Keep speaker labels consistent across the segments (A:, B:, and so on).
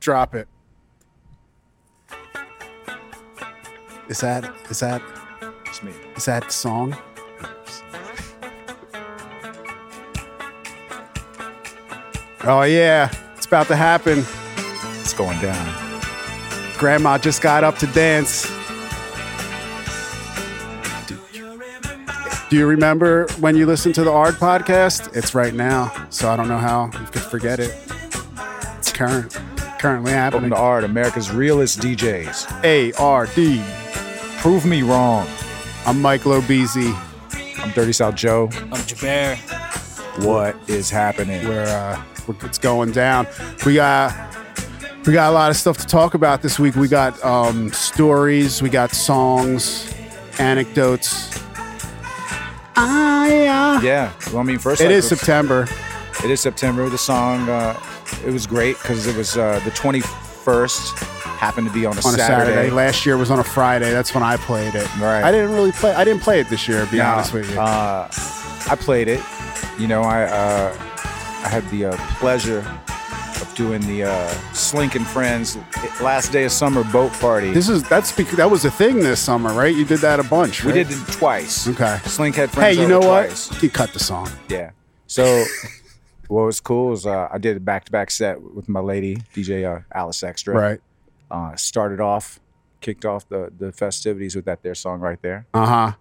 A: Drop it. Is that is that
B: It's me.
A: is that song? Oh yeah, it's about to happen.
B: It's going down.
A: Grandma just got up to dance. Do you remember when you listened to the ARD podcast? It's right now, so I don't know how you could forget it. It's current, currently
B: Welcome
A: happening.
B: to Art, America's realest DJs.
A: A R D.
B: Prove me wrong.
A: I'm Mike Lobezi.
B: I'm Dirty South Joe.
C: I'm Jaber.
B: What is happening?
A: We're, uh, we're it's going down. We got we got a lot of stuff to talk about this week. We got um, stories, we got songs, anecdotes. Ah, yeah.
B: Yeah. Well, I mean, first
A: It
B: like,
A: is September.
B: It is September. The song, uh, it was great because it was uh, the 21st. Happened to be on a,
A: on a
B: Saturday.
A: Saturday. Last year was on a Friday. That's when I played it.
B: Right.
A: I didn't really play. I didn't play it this year. To be
B: Nah,
A: honest with you.
B: Uh, I played it. You know, I uh, I had the uh, pleasure of doing the uh, Slink and Friends last day of summer boat party.
A: this is that's bec- that was a thing this summer, right? You did that a bunch.
B: we
A: right?
B: did it twice.
A: Okay.
B: Slink had
A: Hey,
B: friends.
A: you
B: over
A: know
B: twice.
A: what? You cut the song.
B: Yeah. So what was cool is uh, I did a back-to-back set with my lady DJ uh, Alice Extra.
A: Right.
B: Uh, started off, kicked off the the festivities with that their song right there.
A: Uh huh.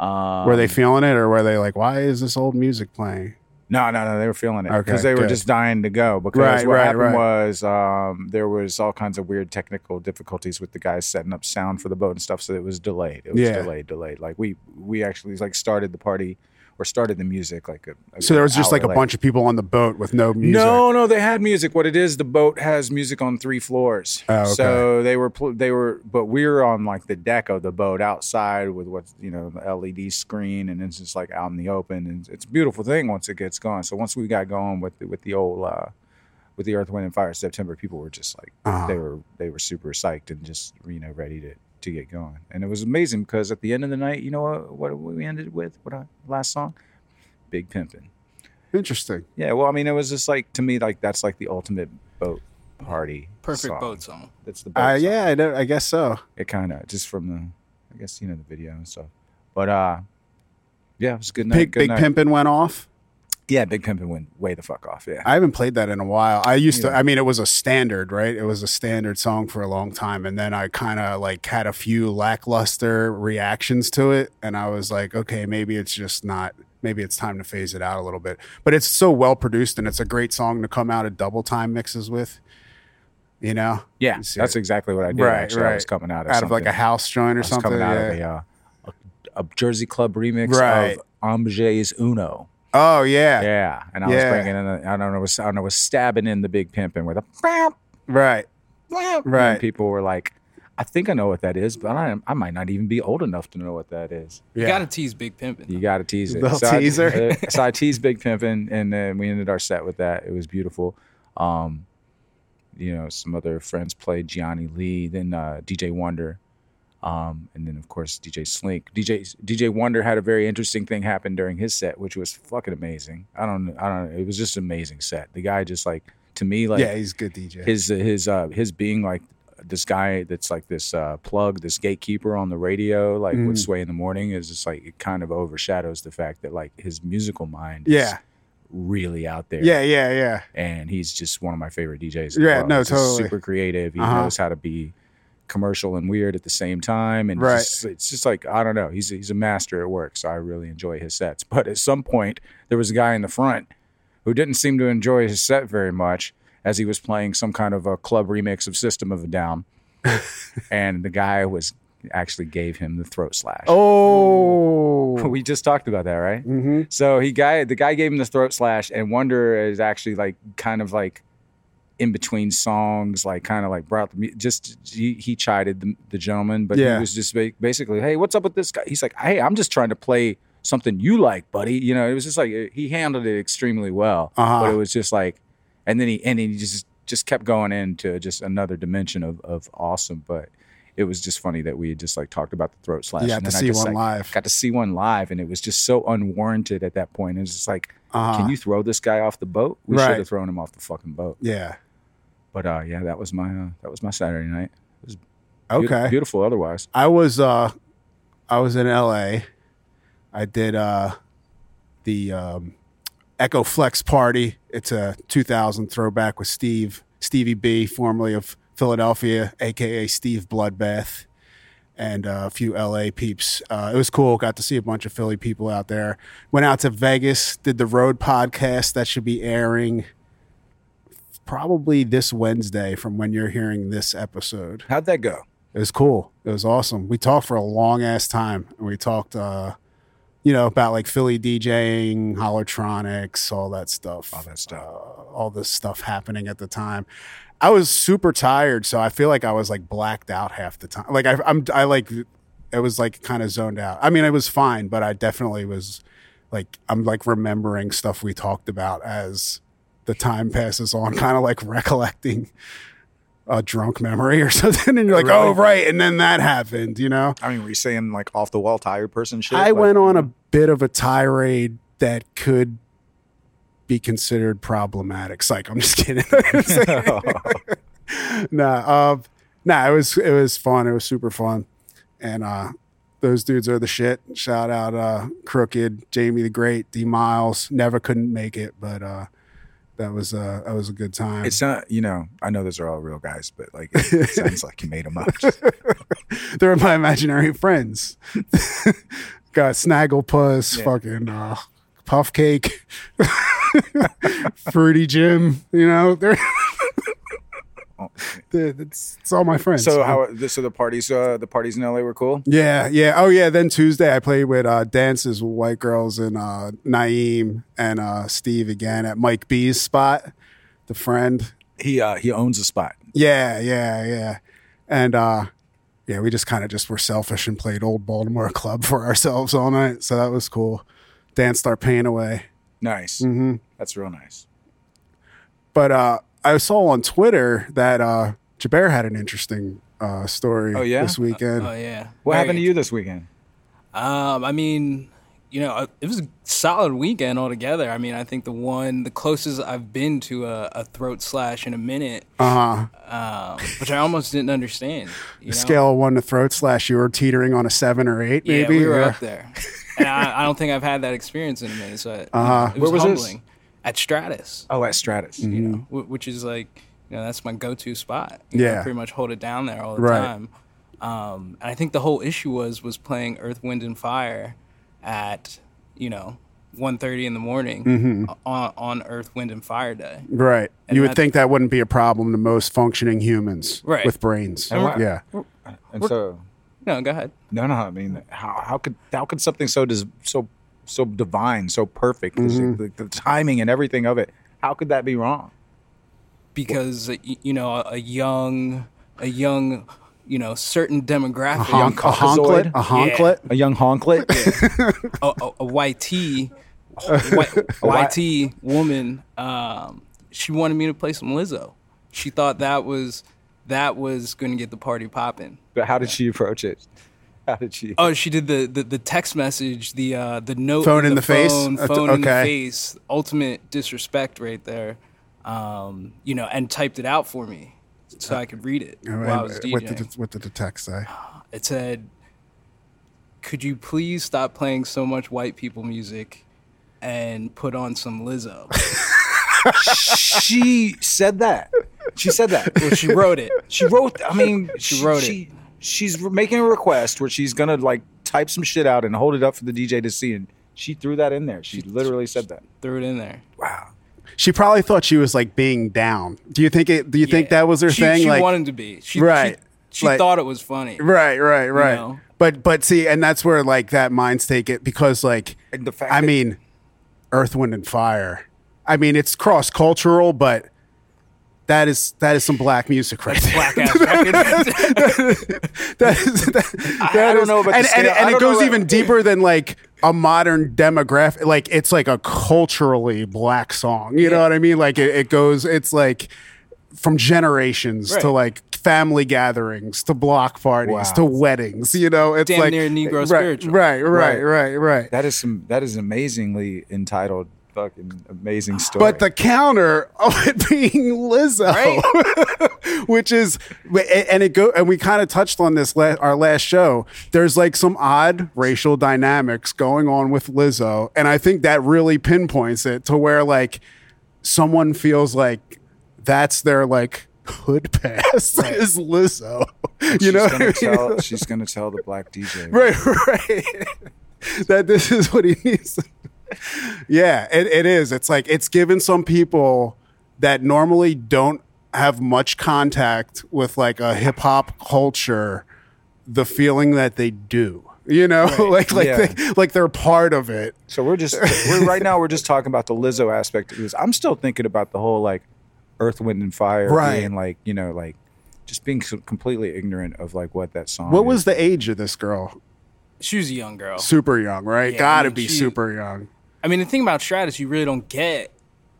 B: Um,
A: Were they feeling it, or were they like, "Why is this old music playing?"
B: No, no, no. They were feeling it
A: Okay,
B: because they were
A: good.
B: just dying to go. Because
A: Right,
B: what
A: right,
B: happened
A: right.
B: was um, there was all kinds of weird technical difficulties with the guys setting up sound for the boat and stuff, so it was delayed. It was
A: Yeah.
B: delayed, delayed. Like we we actually like started the party or started the music like a, a
A: So there was just like a
B: hour late.
A: bunch of people on the boat with no music.
B: No, no, they had music. What it is, the boat has music on three floors.
A: Oh, okay.
B: So they were pl- they were, but we were on like the deck of the boat outside with what's you know the LED screen, and it's just like out in the open, and it's a beautiful thing once it gets going. So once we got going with the, with the old uh, with the Earth, Wind and Fire September, people were just like
A: Uh-huh.
B: they were they were super psyched and just you know ready to to get going, and it was amazing because at the end of the night, you know what what we ended with what our last song, Big Pimpin'.
A: Interesting.
B: Yeah, well, I mean, it was just like to me, like that's like the ultimate boat party.
C: Perfect
B: song.
C: boat song.
B: That's the boat.
A: Uh,
B: song.
A: yeah, I, know- I guess so.
B: it kind of just from the, I guess you know the video and stuff. But uh, yeah, it was a good night.
A: Big
B: good
A: Big
B: night.
A: Pimpin' went off.
B: Yeah, big pimpin went way the fuck off. Yeah,
A: I haven't played that in a while. I used to.
B: Yeah.
A: I mean, it was a standard, right? It was a standard song for a long time, and then I kind of like had a few lackluster reactions to it, and I was like, okay, maybe it's just not. Maybe it's time to phase it out a little bit. But it's so well produced, and it's a great song to come out of double time mixes with. You know,
B: yeah,
A: see
B: that's exactly what I did.
A: Right,
B: actually, I was
A: right.
B: coming out of
A: out of like
B: something.
A: a house joint
B: I
A: or
B: was
A: something.
B: coming out
A: yeah.
B: of a, uh, a a Jersey Club remix
A: Right.
B: of Amjay's Uno.
A: oh yeah,
B: Yeah, and I
A: Yeah.
B: was bringing in, a, I don't know, was, I don't know, was stabbing in the big pimpin with a.
A: right,
B: And
A: Right.
B: people were like, I think I know what that is, but I, I might not even be old enough to know what that is.
A: yeah.
C: You gotta tease Big Pimpin'.
B: You got to tease it.
A: Little teaser.
B: I, uh, so I teased Big Pimpin', and then we ended our set with that. It was beautiful. Um, you know, some other friends played Gianni Lee, then uh, DJ Wonder, um, and then of course DJ Slink. DJ DJ Wonder had a very interesting thing happen during his set, which was fucking amazing. I don't, I don't. It was just an amazing set. The guy just like to me, like
A: yeah, he's a good DJ.
B: his his uh his being like this guy that's like this uh plug this gatekeeper on the radio like with
A: Mhm.
B: sway in the morning is just like it kind of overshadows the fact that like his musical mind is
A: yeah,
B: really out there
A: yeah, yeah, yeah.
B: and he's just one of my favorite djs in the
A: Yeah,
B: world.
A: no,
B: He's just
A: totally.
B: super creative he
A: Uh-huh.
B: knows how to be commercial and weird at the same time and
A: Right.
B: just, it's just like i don't know he's he's a master at work so i really enjoy his sets but at some point there was a guy in the front who didn't seem to enjoy his set very much as he was playing some kind of a club remix of System of a Down, and the guy was actually gave him the throat slash.
A: Oh,
B: we just talked about that, right?
A: hmm
B: So he guy the guy gave him the throat slash, and Wonder is actually like kind of like in between songs, like kind of like brought the mu- just he, he chided the, the gentleman, but
A: Yeah.
B: he was just ba- basically, hey, what's up with this guy? He's like, hey, I'm just trying to play something you like, buddy. You know, it was just like uh, he handled it extremely well,
A: Uh-huh.
B: but it was just like, and then he and then he just just kept going into just another dimension of of awesome, but. It was just funny that we had just like talked about the throat slash.
A: You have
B: and
A: to
B: then I
A: see
B: just,
A: one
B: like,
A: live.
B: got to see one live and it was just so unwarranted at that point. It was just like,
A: Uh-huh.
B: can you throw this guy off the boat? We
A: Right.
B: should have thrown him off the fucking boat.
A: Yeah.
B: But uh, yeah, that was my uh, that was my Saturday night. Beau-
A: Okay.
B: beautiful. Otherwise,
A: I was uh I was in LA. I did uh the um Echo Flex party. It's a 2000 throwback with Steve Stevie B, formerly of Philadelphia, aka Steve Bloodbath, and uh, a few LA peeps. Uh, it was cool. Got to see a bunch of Philly people out there. Went out to Vegas. Did the Road podcast that should be airing probably this Wednesday from when you're hearing this episode.
B: how'd that go?
A: It was cool. It was awesome. We talked for a long ass time. and We talked, uh, you know, about like Philly DJing, holotronics, all that stuff.
B: All that stuff.
A: Uh, all this stuff happening at the time. I was super tired, so I feel like I was like blacked out half the time. Like I, I'm, I like, it was like kind of zoned out. I mean, it was fine, but I definitely was like, I'm like remembering stuff we talked about as the time passes on, kind of like recollecting a drunk memory or something, and you're like,
B: Really?
A: oh right, and then that happened, you know.
D: I mean, were you saying like off the wall tired person shit?
A: I
D: Like,
A: went on a bit of a tirade that could be considered problematic. Psych, I'm just kidding. nah, uh, nah, it was it was fun. It was super fun, and uh, those dudes are the shit. Shout out uh, Crooked, Jamie the Great, D Miles. Never couldn't make it, but uh, that was uh, that was a good time.
B: It's not you know. I know those are all real guys, but like it sounds like you made them up.
A: They're my imaginary friends. Got Snagglepuss, fucking uh, puff cake, fruity Jim. You know, they're. They're- it's, it's all my friends.
B: Oh, so how? So the parties, uh, the parties in LA were cool.
A: Yeah, yeah. Oh, yeah. Then Tuesday, I played with uh, dances with white girls and uh, Naeem and uh, Steve again at Mike B's spot, the friend.
B: He uh, he owns a spot.
A: Yeah, yeah, yeah. And uh yeah, we just kind of just were selfish and played old Baltimore club for ourselves all night. So that was cool. Danced our pain away.
B: Nice.
A: Mhm.
B: That's real nice.
A: But uh I saw on Twitter that uh Jaber had an interesting uh story
B: Oh, yeah?
A: this weekend.
C: Oh yeah.
B: What
C: Very
B: happened to you this weekend?
C: Um, I mean, you know, uh, it was a solid weekend altogether. I mean, I think the one, the closest I've been to a, a throat slash in a minute,
A: uh-huh.
C: um, which I almost didn't understand. You know?
A: Scale of one to throat slash you were teetering on a seven or eight,
C: Yeah,
A: maybe.
C: we were
A: Yeah.
C: up there. And I, I don't think I've had that experience in a minute. So it,
A: Uh-huh.
C: it was,
B: Where was this?
C: humbling. At Stratus,
B: Oh, at Stratus.
C: you
A: Mm-hmm.
C: know, wh- which is like, you know, that's my go-to spot. You know,
A: Yeah.
C: pretty much hold it down there all the
A: Right.
C: time. Um, and I think the whole issue was was playing Earth, Wind, and Fire at, you know, 1.30 in the morning
A: Mm-hmm.
C: on, on Earth, Wind, and Fire Day.
A: Right.
C: And
A: you would
C: that-
A: think that wouldn't be a problem to most functioning humans
C: Right.
A: with brains.
B: And we're-
A: Yeah.
B: And so
C: No, go ahead.
B: no, no. I mean, how how could how could something so dis, so so divine, so perfect, the, the timing and everything of it? How could that be wrong?
C: because uh, y- you know a, a young a young you know certain demographic
A: Honk- a honklet.
B: caucasoid.
A: A honklet.
B: A young honklet.
C: a, a, a YT white, YT woman um, she wanted me to play some Lizzo she thought that was that was going to get the party popping
B: But how did she approach it? How did she?
C: Oh, she did the, the, the text message, the uh, the note,
A: Phone
C: with
A: in the face?
C: phone,
A: Uh, th-
C: phone in the
A: okay.
C: face. Ultimate disrespect right there, um, you know, and typed it out for me so I could read it while I was
A: What
C: DJing.
A: did, what did the text say?
C: It said, "Could you please stop playing so much white people music and put on some Lizzo?"
B: she said that. She said that.
C: well, she wrote it.
B: She wrote. I mean, she,
C: wrote it.
B: she, She's re- making a request where she's gonna like type some shit out and hold it up for the DJ to see, and she threw that in there. She literally said that.
C: Threw it in there.
B: Wow.
A: She probably thought she was like being down. Do you think it? Do you think
C: Yeah.
A: that was her
C: she,
A: thing?
C: She
A: like,
C: wanted to be. She,
A: Right.
C: She, she
A: Like-
C: thought it was funny.
A: right, right, right.
C: know?
A: But but see, and that's where like that minds take it because like
B: And the fact
A: I
B: that-
A: mean, Earth, Wind, and Fire. I mean, it's cross cultural, but that is that is some black music right there.
C: Black ass record.
A: that is, that, that
B: don't
A: is-
B: know about the
A: and, and,
B: scale. I
A: and it
B: don't know
A: goes
B: about-
A: even deeper than like a modern demographic like it's like a culturally black song you know what i mean like it, it goes it's like from generations to
C: Right.
A: like family gatherings to block parties
B: Wow.
A: to weddings you know it's
C: Damn
A: like
C: near Negro
A: right,
C: spiritual.
A: right right right right
B: That is some. That is amazingly entitled fucking amazing story.
A: But the counter of it being Lizzo, which is, and it go, and we kind of touched on this la- our last show. There's like some odd racial dynamics going on with Lizzo, and I think that really pinpoints it to where like someone feels like that's their like hood pass is Lizzo. You
B: she's
A: know, what I
B: gonna
A: mean?
B: tell, she's gonna tell the black DJ.
A: right, right. that this is what he needs. yeah, it, it is. It's like it's given some people that normally don't have much contact with like a hip hop culture the feeling that they do. You know, like like
B: Yeah.
A: they, like they're part of it.
B: So we're just we're right now we're just talking about the Lizzo aspect of this. I'm still thinking about the whole like Earth, Wind and Fire
A: Right.
B: being like you know like just being so completely ignorant of like what that song.
A: What
B: is.
A: was the age of this girl?
C: She was a young girl.
A: Super young, right?
C: Yeah, I
A: Gotta
C: mean,
A: be
C: she-
A: super young.
C: I mean, the thing about Strat is you really don't get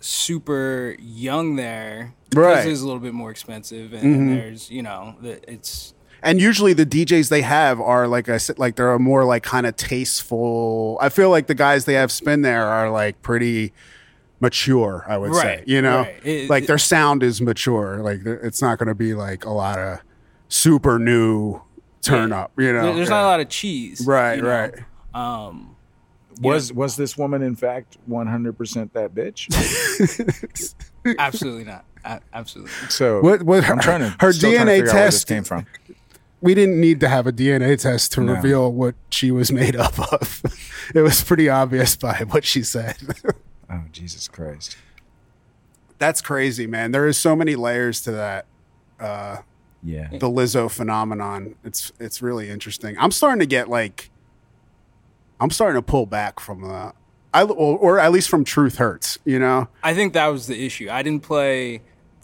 C: super young there.
A: Right. Mm-hmm.
C: Because it's a little bit more expensive, and there's you know the, it's
A: and usually the DJs they have are like I said, like they're a more like kind of tasteful. I feel like the guys they have spin there are like pretty mature. I would say,
C: Right,
A: you know,
C: right. It-
A: like their sound is mature. Like th- it's not going to be like a lot of super new turn up. You know,
C: there- there's not a lot of cheese.
A: Oh, Right,
C: you know?
A: right.
C: Um,
B: was was this woman in fact 100 percent that bitch?
C: absolutely not. A- absolutely. not.
B: So
A: What- what-
B: I'm trying to
A: her
B: still trying to
A: DNA
B: figure out where this
A: test-
B: came from.
A: We didn't need to have a DNA test to reveal what she was made up of. it was pretty obvious by what she said.
B: Oh Jesus Christ!
A: That's crazy, man. There is so many layers to that.
B: Yeah,
A: the Lizzo phenomenon. It's it's really interesting. I'm starting to get like, I'm starting to pull back from that. I or, or at least from Truth Hurts. You know,
C: I think that was the issue. I didn't play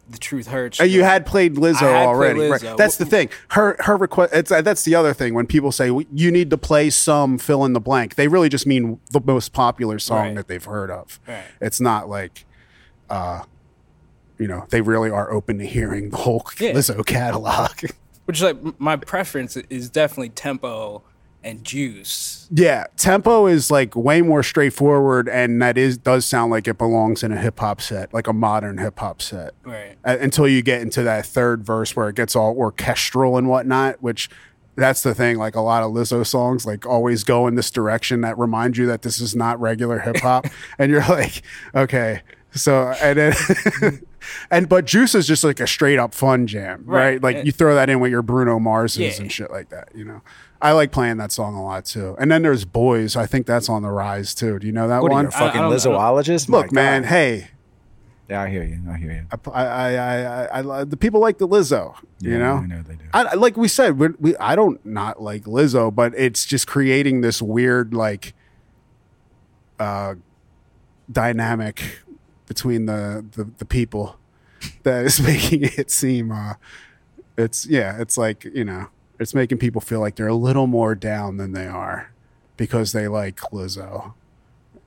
C: the truth hurts.
A: Uh, you had played Lizzo
C: I had played
A: already. right.
C: Lizzo.
A: That's the thing. Her her request. It's, uh, that's the other thing. When people say "We- you need to play some fill in the blank, they really just mean the most popular song
C: Right.
A: that they've heard of.
C: Right.
A: It's not like. uh you know, they really are open to hearing the whole
C: Yeah.
A: Lizzo catalog.
C: which is like m- my preference is definitely tempo and juice.
A: Yeah, tempo is like way more straightforward, and that is does sound like it belongs in a hip hop set, like a modern hip hop set.
C: Right.
A: Uh, until you get into that third verse where it gets all orchestral and whatnot, which that's the thing. Like a lot of Lizzo songs, like always go in this direction that remind you that this is not regular hip hop, and you're like, okay, so and then. And but Juice is just like a straight up fun jam, right?
C: Right.
A: Like you throw that in with your Bruno Marses
C: Yeah.
A: and shit like that, you know. I like playing that song a lot too. And then there's Boys, I think that's on the rise too. Do you know that
B: what are
A: one?
B: you, a fucking
C: I don't- I don't-
B: Lizzoologist? My
A: Look, man,
B: God.
A: hey,
B: Yeah, I hear you. I hear you.
A: I, I, I, I, I, the people like the Lizzo, you
B: Yeah,
A: know.
B: I know they do.
A: I, like we said, we, we I don't not like Lizzo, but it's just creating this weird like uh dynamic between the the, the people that is making it seem uh it's yeah, it's like, you know, it's making people feel like they're a little more down than they are because they like Lizzo.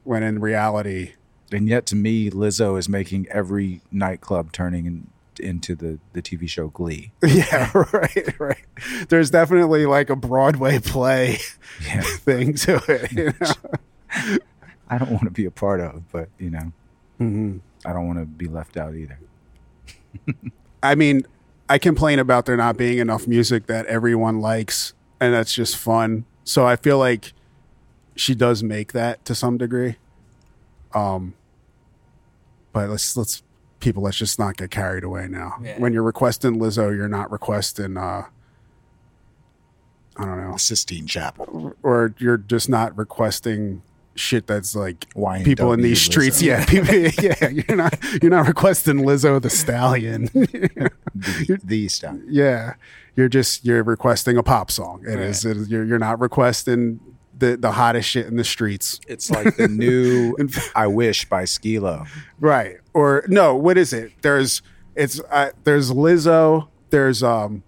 A: When in reality,
B: And yet, to me, Lizzo is making every nightclub turning in, into the, the TV show Glee.
A: yeah, right, right. There's definitely like a Broadway play
B: Yeah,
A: thing to it. you know?
B: I don't want to be a part of, but you know, I don't want to be left out either.
A: I mean, I complain about there not being enough music that everyone likes, and that's just fun. So I feel like she does make that to some degree. Um, but let's let's people let's just not get carried away now.
C: Yeah.
A: When you're requesting Lizzo, you're not requesting. Uh, I don't know,
D: Sistine Chapel.
A: or you're just not requesting shit that's like
B: YNW
A: people in these
B: Lizzo.
A: streets. Yeah, people, yeah, you're not you're not requesting Lizzo the stallion.
B: The, the stuff.
A: yeah you're just you're requesting a pop song It is- it is you're, you're not requesting the the hottest shit in the streets
B: It's like the new "I Wish" by Skilo.
A: right or no what is it there's it's uh, there's lizzo there's um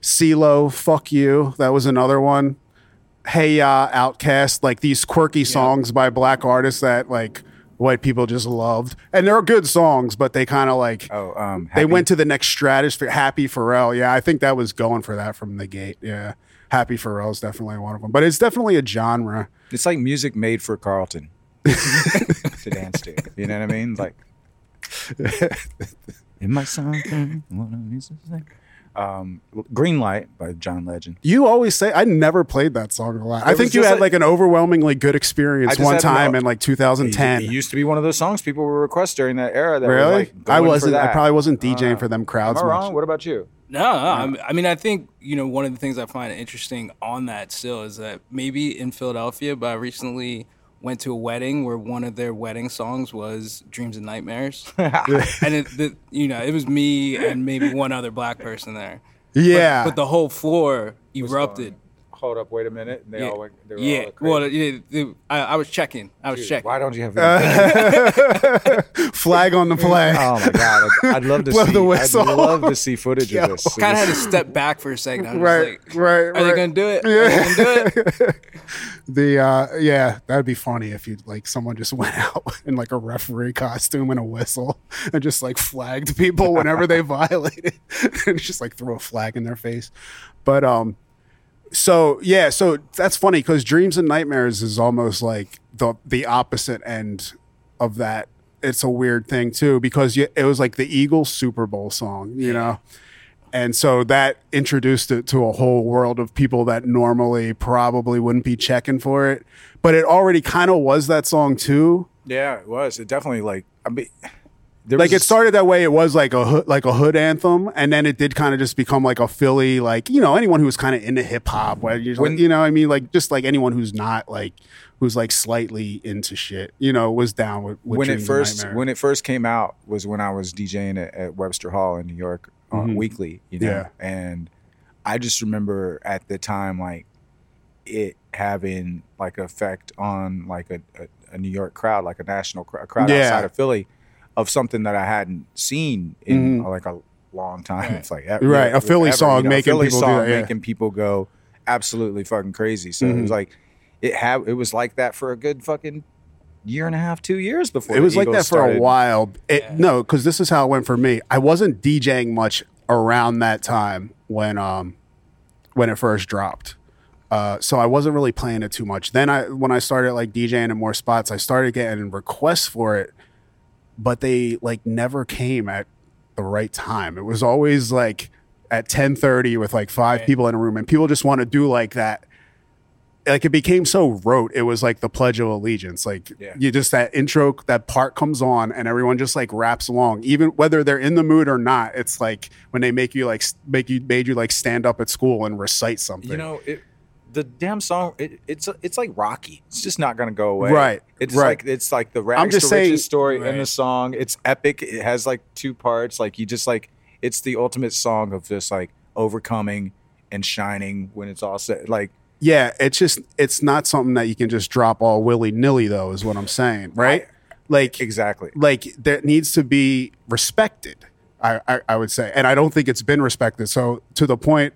A: CeeLo, fuck you that was another one hey ya outcast like these quirky songs by black artists that like white people just loved and they're good songs but they kind of like
B: Oh, um,
A: They
B: Happy-
A: went to the next stratosphere. Happy Pharrell. Yeah, I think that was going for that from the gate. Yeah. Happy Pharrell is definitely one of them. But it's definitely a genre.
B: It's like music made for Carlton. to dance to. You know what I mean? Like, it might sound funny, what I used to say. Um, Green Light by John Legend.
A: You always say I never played that song a lot. I
B: It
A: think
B: was
A: you
B: just
A: had like,
B: like-
A: an overwhelmingly good
B: I
A: experience
B: just
A: one
B: had
A: time
B: no-
A: in like
B: It
A: 2010.
B: used to be one of those songs people were request during that era. That were,
A: really?
B: like,
A: I
B: going for
A: wasn't. I
B: that.
A: probably wasn't DJing
B: Uh,
A: for them
B: Am
A: crowds
B: I wrong?
A: much.
B: What about you?
C: No, no I'm- I mean, I think you know one of the things I find interesting on that still is that maybe in Philadelphia, but I recently went to a wedding where one of their wedding songs was "Dreams and Nightmares," and it, the, you know it was me and maybe one other black person there. But-
A: Yeah.
C: but, the whole floor erupted.
B: Hold up, wait a minute. And they
C: Yeah,
B: all went. They were all
C: yeah.
B: like, crazy.
C: well, yeah, they- I, I was checking. I was
B: Dude,
C: checking.
B: Why don't you have?
A: Flag on the play.
B: oh my god! I'd, I'd love to
A: Blow the
B: see. I'd
A: whistle.
B: love to see footage of this.
C: kind of had to step back for a second. I was
A: Right,
C: like,
A: right,
C: Are they
A: right.
C: gonna do it? Are they gonna do it?
A: The uh, yeah, that'd be funny if you like someone just went out in like a referee costume and a whistle and just like flagged people whenever they violated and just like threw a flag in their face. But um, so yeah, so that's funny because dreams and nightmares is almost like the the opposite end of that. It's a weird thing too because you, it was like the Eagles Super Bowl song, you know. And so that introduced it to a whole world of people that normally probably wouldn't be checking for it. But it already kind of was that song too.
B: yeah, it was. It definitely like. I mean, there
A: Like
B: was-
A: it started that way. It was like a hood, like a hood anthem, and then it did kind of just become like a Philly, like you know anyone who was kind of into hip hop. Whether you're
B: When-
A: like, you know, what I mean, like just like anyone who's not like who's like slightly into shit, you know, was down with, with
B: when it
A: Dreams and
B: first
A: Nightmares.
B: when it first came out was when I was DJing at, at Webster Hall in New York on weekly, you know,
A: Mm-hmm. Yeah.
B: and I just remember at the time like it having like effect on like a, a, a New York crowd, like a national cr- a crowd
A: Yeah.
B: outside of Philly, of something that I hadn't seen in like a long time. It's like ev-
A: Mm-hmm. Right, a
B: ev-
A: Philly song
B: a
A: making
B: Philly
A: people do
B: song
A: that, yeah. Mm-hmm.
B: making people go absolutely fucking crazy. So it was like it had it was like that for a good fucking year and a half, two years before
A: it
B: the
A: was like
B: Eagles
A: that for
B: started.
A: a while. It, No, because this is how it went for me. I wasn't DJing much around that time when um when it first dropped. Uh, so I wasn't really playing it too much. Then I when I started like DJing in more spots, I started getting requests for it, but they like never came at the right time. It was always like at ten thirty with like five people in a room, and people just want to do like that like it became so rote. It was like the Pledge of Allegiance. Like
B: Yeah.
A: you just that intro, that part comes on, and everyone just like raps along, even whether they're in the mood or not. It's like when they make you like s- make you made you like stand up at school and recite something.
B: You know, it, the damn song. It, it's it's like Rocky. It's just not gonna go away.
A: Right,
B: It's
A: right.
B: like it's like the rags
A: just
B: to riches
A: saying-
B: story in the
C: Right.
B: song. It's epic. It has like two parts. Like you just like it's the ultimate song of just like overcoming and shining when it's all set. Like
A: yeah, it's just it's not something that you can just drop all willy nilly though. Is what I'm saying, right? like
B: exactly.
A: like that needs to be respected. I, I I would say, and I don't think it's been respected. So to the point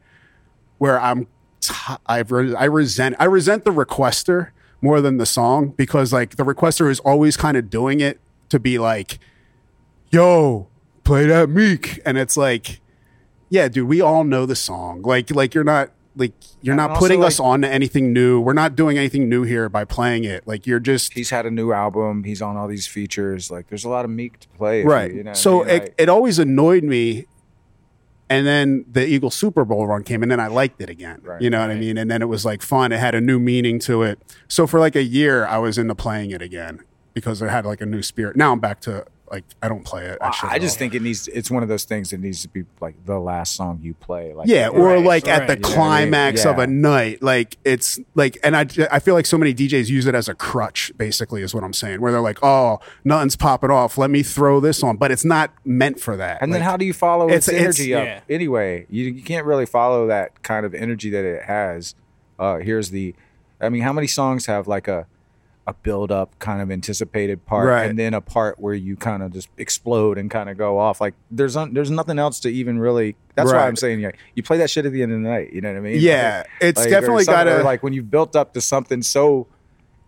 A: where I'm, t- I've re- I resent I resent the requester more than the song because like the requester is always kind of doing it to be like, yo, play that Meek, and it's like, yeah, dude, we all know the song. Like like you're not. Like you're
B: And
A: not
B: also,
A: putting us
B: like-
A: on to anything new. We're not doing anything new here by playing it. Like you're just
B: He's had a new album. He's on all these features. Like there's a lot of meek to play. if you-
A: right
B: You know what I
A: so
B: mean?
A: it,
B: Like,
A: it always annoyed me and then the eagle super bowl run came and then i liked it again
B: Right,
A: you know what i mean and then it was like fun it had a new meaning to it so for like a year i was into playing it again because it had like a new spirit now i'm back to like i don't play it
B: I-
A: actually
B: I just think it needs. It's one of those things that needs to be like the last song you play. Like
A: yeah or
C: Right,
A: like at the
C: right.
B: Yeah, I mean,
A: climax of
B: yeah.
A: a night like it's like and I, I feel like so many djs use it as a crutch basically is what i'm saying where they're like oh nothing's popping off let me throw this on but it's not meant for that
B: And
A: Like,
B: then how do you follow its,
A: it's- it's-
B: energy up?
C: Yeah.
B: Anyway, you, you can't really follow that kind of energy that it has. Uh, here's the, I mean, how many songs have like a, a build up kind of anticipated part,
A: Right.
B: and then a part where you kind of just explode and kind of go off. Like there's un, there's nothing else to even really. That's why
A: Right.
B: I'm saying like, you play that shit at the end of the night. You know what I mean?
A: Yeah,
B: Like-
A: it's
B: like, or
A: definitely
B: something-
A: gotta-
B: or like when you built up to something so.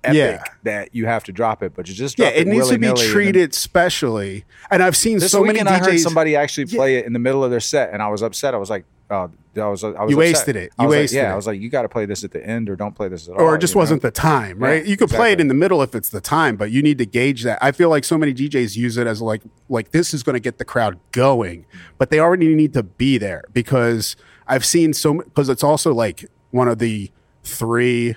B: Epic
A: Yeah.
B: that you have to drop it, but you just
A: yeah,
B: drop
A: it needs to be
B: willy-nilly and then-
A: treated specially. And I've seen
B: This
A: so many
B: weekend,
A: DJs.
B: I heard somebody actually play it in the middle of their set, and I was upset. I was like, oh, I was, I was
A: You
B: upset.
A: wasted it.
B: I
A: You
B: was like,
A: wasted
B: yeah,
A: it.
B: I was like, you got to play this at the end or don't play this at all.
A: or it just
B: you know?
A: wasn't the time, right?
B: Yeah,
A: you could play it
B: exactly.
A: in the middle if it's the time, but you need to gauge that. I feel like so many DJs use it as like like this is going to get the crowd going, but they already need to be there because I've seen so because it's also like one of the three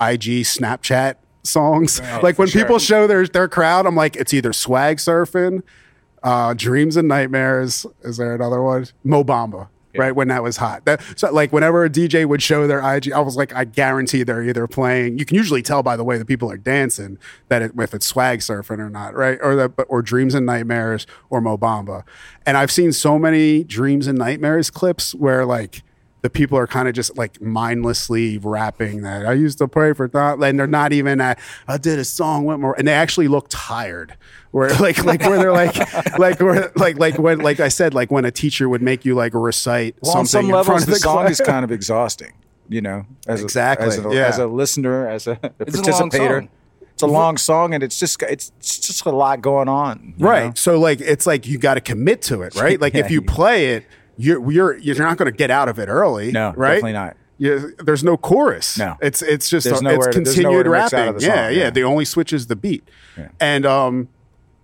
A: IG Snapchat songs. like when people show their their crowd, I'm like it's either swag surfing, uh, dreams and nightmares. Is there another one? Mo Bamba. Right when that was hot, that so like whenever a DJ would show their IG, I was like, I guarantee they're either playing. You can usually tell by the way the people are dancing that it, if it's swag surfing or not, right? Or that, but- or dreams and nightmares or Mo Bamba, and I've seen so many dreams and nightmares clips where like the people are kind of just like mindlessly rapping that I used to pray for thought, and they're not even at. I did a song with more, and they actually look tired. Where like like where they're like like where like like when like I said like when a teacher would make you like recite
B: Well, on
A: something in
B: some levels,
A: front of
B: the,
A: the,
B: song
A: class.
B: is kind of exhausting. You know, as a-
A: Exactly,
B: as a,
A: yeah.
B: as a listener, as a
C: a long
B: participator,
C: song.
B: it's a long song, and it's just it's, it's just a lot going on. you
A: right
B: know?
A: so like it's like you got to commit to it right like
B: Yeah,
A: if you
B: you-
A: play it you're you're you're not going to get out of it early
B: No,
A: right
B: definitely not.
A: you, there's no chorus
B: No.
A: it's it's just
B: There's
A: a,
B: nowhere
A: it's
B: to- there's nowhere
A: continued
B: to mix out
A: rapping
B: of the
A: yeah,
B: song,
A: yeah
B: yeah.
A: the only switch is the beat and um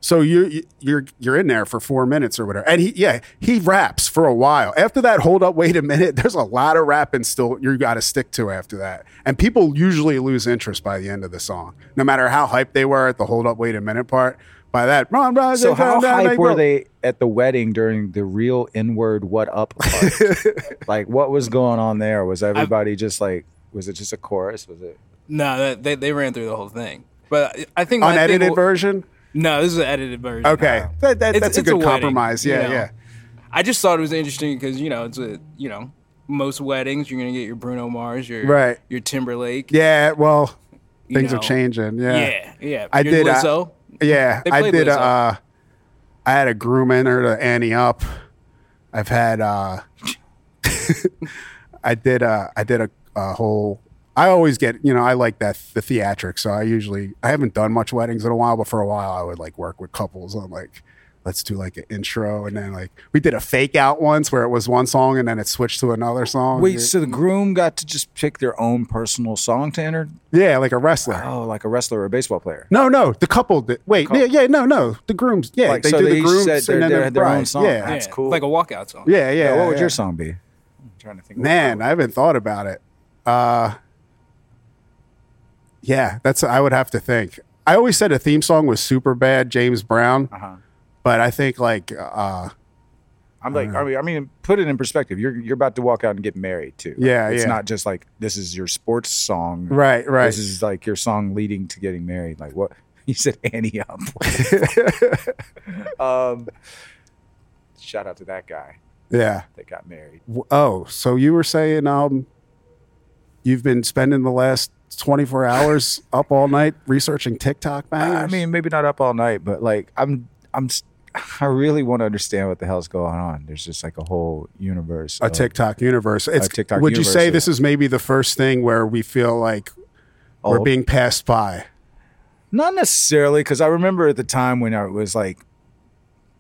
A: so you you're you're in there for four minutes or whatever and he yeah he raps for a while after that hold up wait a minute there's a lot of rapping still you got to stick to after that and people usually lose interest by the end of the song no matter how hyped they were at the hold up wait a minute part by that Ron Rogers,
B: So how
A: Ron Rogers,
B: hype were
A: bro.
B: they at the wedding during the real N word what up part? like what was going on there? Was everybody just like was it just a chorus? Was it
C: No, that, they they ran through the whole thing. But I- I think my thing
A: unedited
C: wa-
A: version
C: No, this is an edited version.
A: okay that, that,
C: It's-
A: that's a
C: it's a
A: good
C: wedding,
A: compromise
C: you
A: yeah
C: know.
A: yeah
C: I just thought it was interesting because you know it's a you know most weddings you're gonna get your Bruno Mars, your
A: Right.
C: your Timberlake.
A: yeah well
C: you
A: things
C: know.
A: are changing
C: Yeah, yeah.
A: I
C: your
A: did, uh,
C: Lizzo.
A: Yeah,
C: They
A: I
C: played
A: did.
C: Lizzo.
A: Uh, I had a groom in her to Annie up. I've had. Uh, I did. Uh, I did a, a whole. I always get. You know, I like that the theatrics. So I usually. I haven't done much weddings in a while, but for a while, I would like work with couples on like. Let's do like an intro, and then like we did a fake out once where it was one song and then it switched to another song.
B: Wait, so the groom got to just pick their own personal song to enter?
A: yeah, like a wrestler.
B: Oh, like a wrestler or a baseball player.
A: No, no, the couple. Did, wait, yeah, yeah, no, no, the grooms. Yeah,
B: Like,
A: they
B: so
A: do
B: they
A: the
B: each
A: grooms
B: said
A: and
B: their-
A: then
B: their-
A: the
B: their own
A: bride.
B: song.
A: Yeah,
B: That's
C: Yeah,
B: cool.
C: Like a walkout song.
A: yeah, yeah.
B: Yeah, what
A: yeah,
B: would
A: yeah.
B: your song be? I'm trying to think. what
A: Man, I haven't thought about it. Uh, yeah, that's I would have to think. I always said a theme song was super bad, James Brown,
B: would- Uh-huh.
A: but I think like uh,
B: I'm like, I mean, I mean, put it in perspective. You're you're about to walk out and get married too.
A: Yeah,
B: It's
A: yeah.
B: not just like this is your sports song.
A: right, right.
B: This is like your song leading to getting married. Like what you said, Annie up. um, shout out to that guy
A: yeah.
B: that got married.
A: W- Oh, so you were saying um, you've been spending the last twenty four hours up all night researching TikTok bangers.
B: I mean, maybe not up all night, but like I'm, I'm, s- I really want to understand what the hell's going on. There's just like a whole universe.
A: a
B: of-
A: TikTok universe. It's,
B: uh, TikTok
A: would
B: universe,
A: you say
B: yeah.
A: this is maybe the first thing where we feel like we're
B: Old.
A: being passed by?
B: Not necessarily, because I remember at the time when I was like,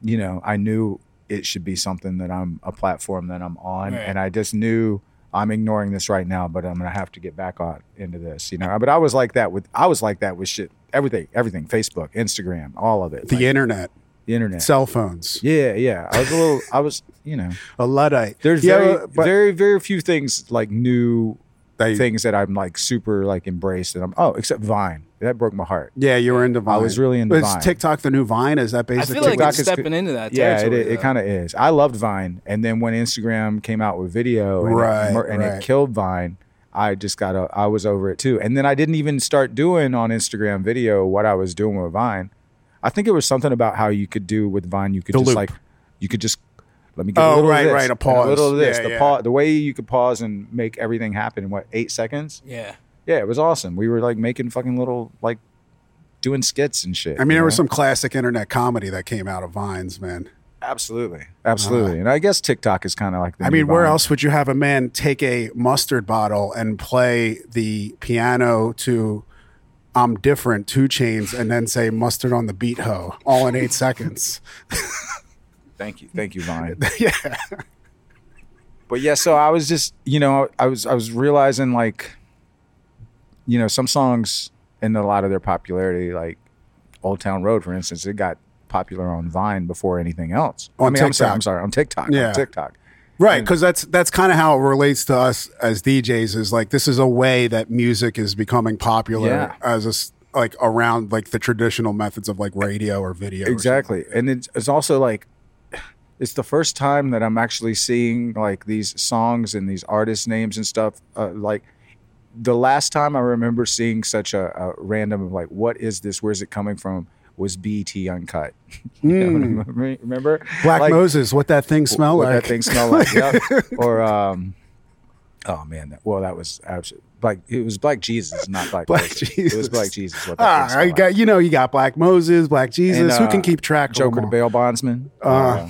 B: you know, I knew it should be something that I'm a platform that I'm on,
C: Right.
B: and I just knew I'm ignoring this right now, but I'm gonna have to get back on into this, you know. But I was like that with I was like that with shit, everything, everything, Facebook, Instagram, all of it,
A: The
B: like,
A: internet,
B: the internet.
A: cell phones,
B: yeah, yeah. I was a little, I was, you know,
A: a luddite.
B: there's
A: Yeah,
B: very,
A: but
B: very, very few things like new
A: they-
B: things that I'm like super like embraced, and I'm oh, except Vine that broke my heart.
A: Yeah, you were into Vine.
B: was really into
A: Is
B: Vine.
A: TikTok the new Vine? Is that
C: I
A: basically?
C: feel like
B: TikTok
C: it's
B: is-
C: stepping into that.
B: Yeah, it,
C: territory,
B: it,
C: though.
B: kind of is. I loved Vine, and then when Instagram came out with video and,
A: Right,
B: it, mur- and
A: right.
B: it killed Vine, I just got a, I was over it too. And then I didn't even start doing on Instagram video what I was doing with Vine. I think it was something about how you could do with Vine. You could
A: The
B: just
A: loop.
B: like you could just let me get
A: Oh,
B: a little
A: right,
B: of this,
A: right, a
B: and a little
A: pause.
B: of this.
A: Yeah,
B: the
A: yeah.
B: pa- the way you could pause and make everything happen in what eight seconds.
C: Yeah.
B: Yeah, it was awesome. We were like making fucking little like doing skits and shit.
A: I mean,
B: you
A: there was
B: know?
A: some classic internet comedy that came out of Vines, man.
B: absolutely, absolutely. and I guess TikTok is kind of like. The
A: Uh, I
B: new
A: mean, where
B: Vine.
A: else would you have a man take a mustard bottle and play the piano to "I'm Different" Two Chains, and then say "Mustard on the Beat Ho" all in eight seconds?
B: Thank you, thank you, Vine.
A: Yeah.
B: but yeah, so I was just, you know, I was I was realizing like, you know, some songs and a lot of their popularity, like Old Town Road, for instance, it got popular on Vine before anything else. I
A: On
B: mean, I'm sorry,
A: TikTok.
B: I'm sorry, on TikTok,
A: Yeah.
B: on TikTok.
A: Right, because that's that's kind of how it relates to us as DJs. Is like this is a way that music is becoming popular
B: Yeah.
A: as a s- like around like the traditional methods of like radio or video. or
B: exactly and it's, it's also like it's the first time that i'm actually seeing like these songs and these artist names and stuff uh, like the last time i remember seeing such a, a random of like what is this where's it coming from was bt uncut You know what I mean? remember
A: something. Hmm. Black
B: Like,
A: Moses, what that thing smell
B: what
A: like?
B: that thing smell like yeah. or um oh man that, well that was absolutely like it was black jesus not black,
A: Black
B: Moses. it
A: Jesus.
B: was black jesus what that thing
A: ah,
B: smell
A: I
B: like.
A: got you know you got Black Moses, Black Jesus.
B: And,
A: Who can
B: uh,
A: keep track? of
B: Joker
A: them
B: the
A: all?
B: Bail Bondsman. Uh,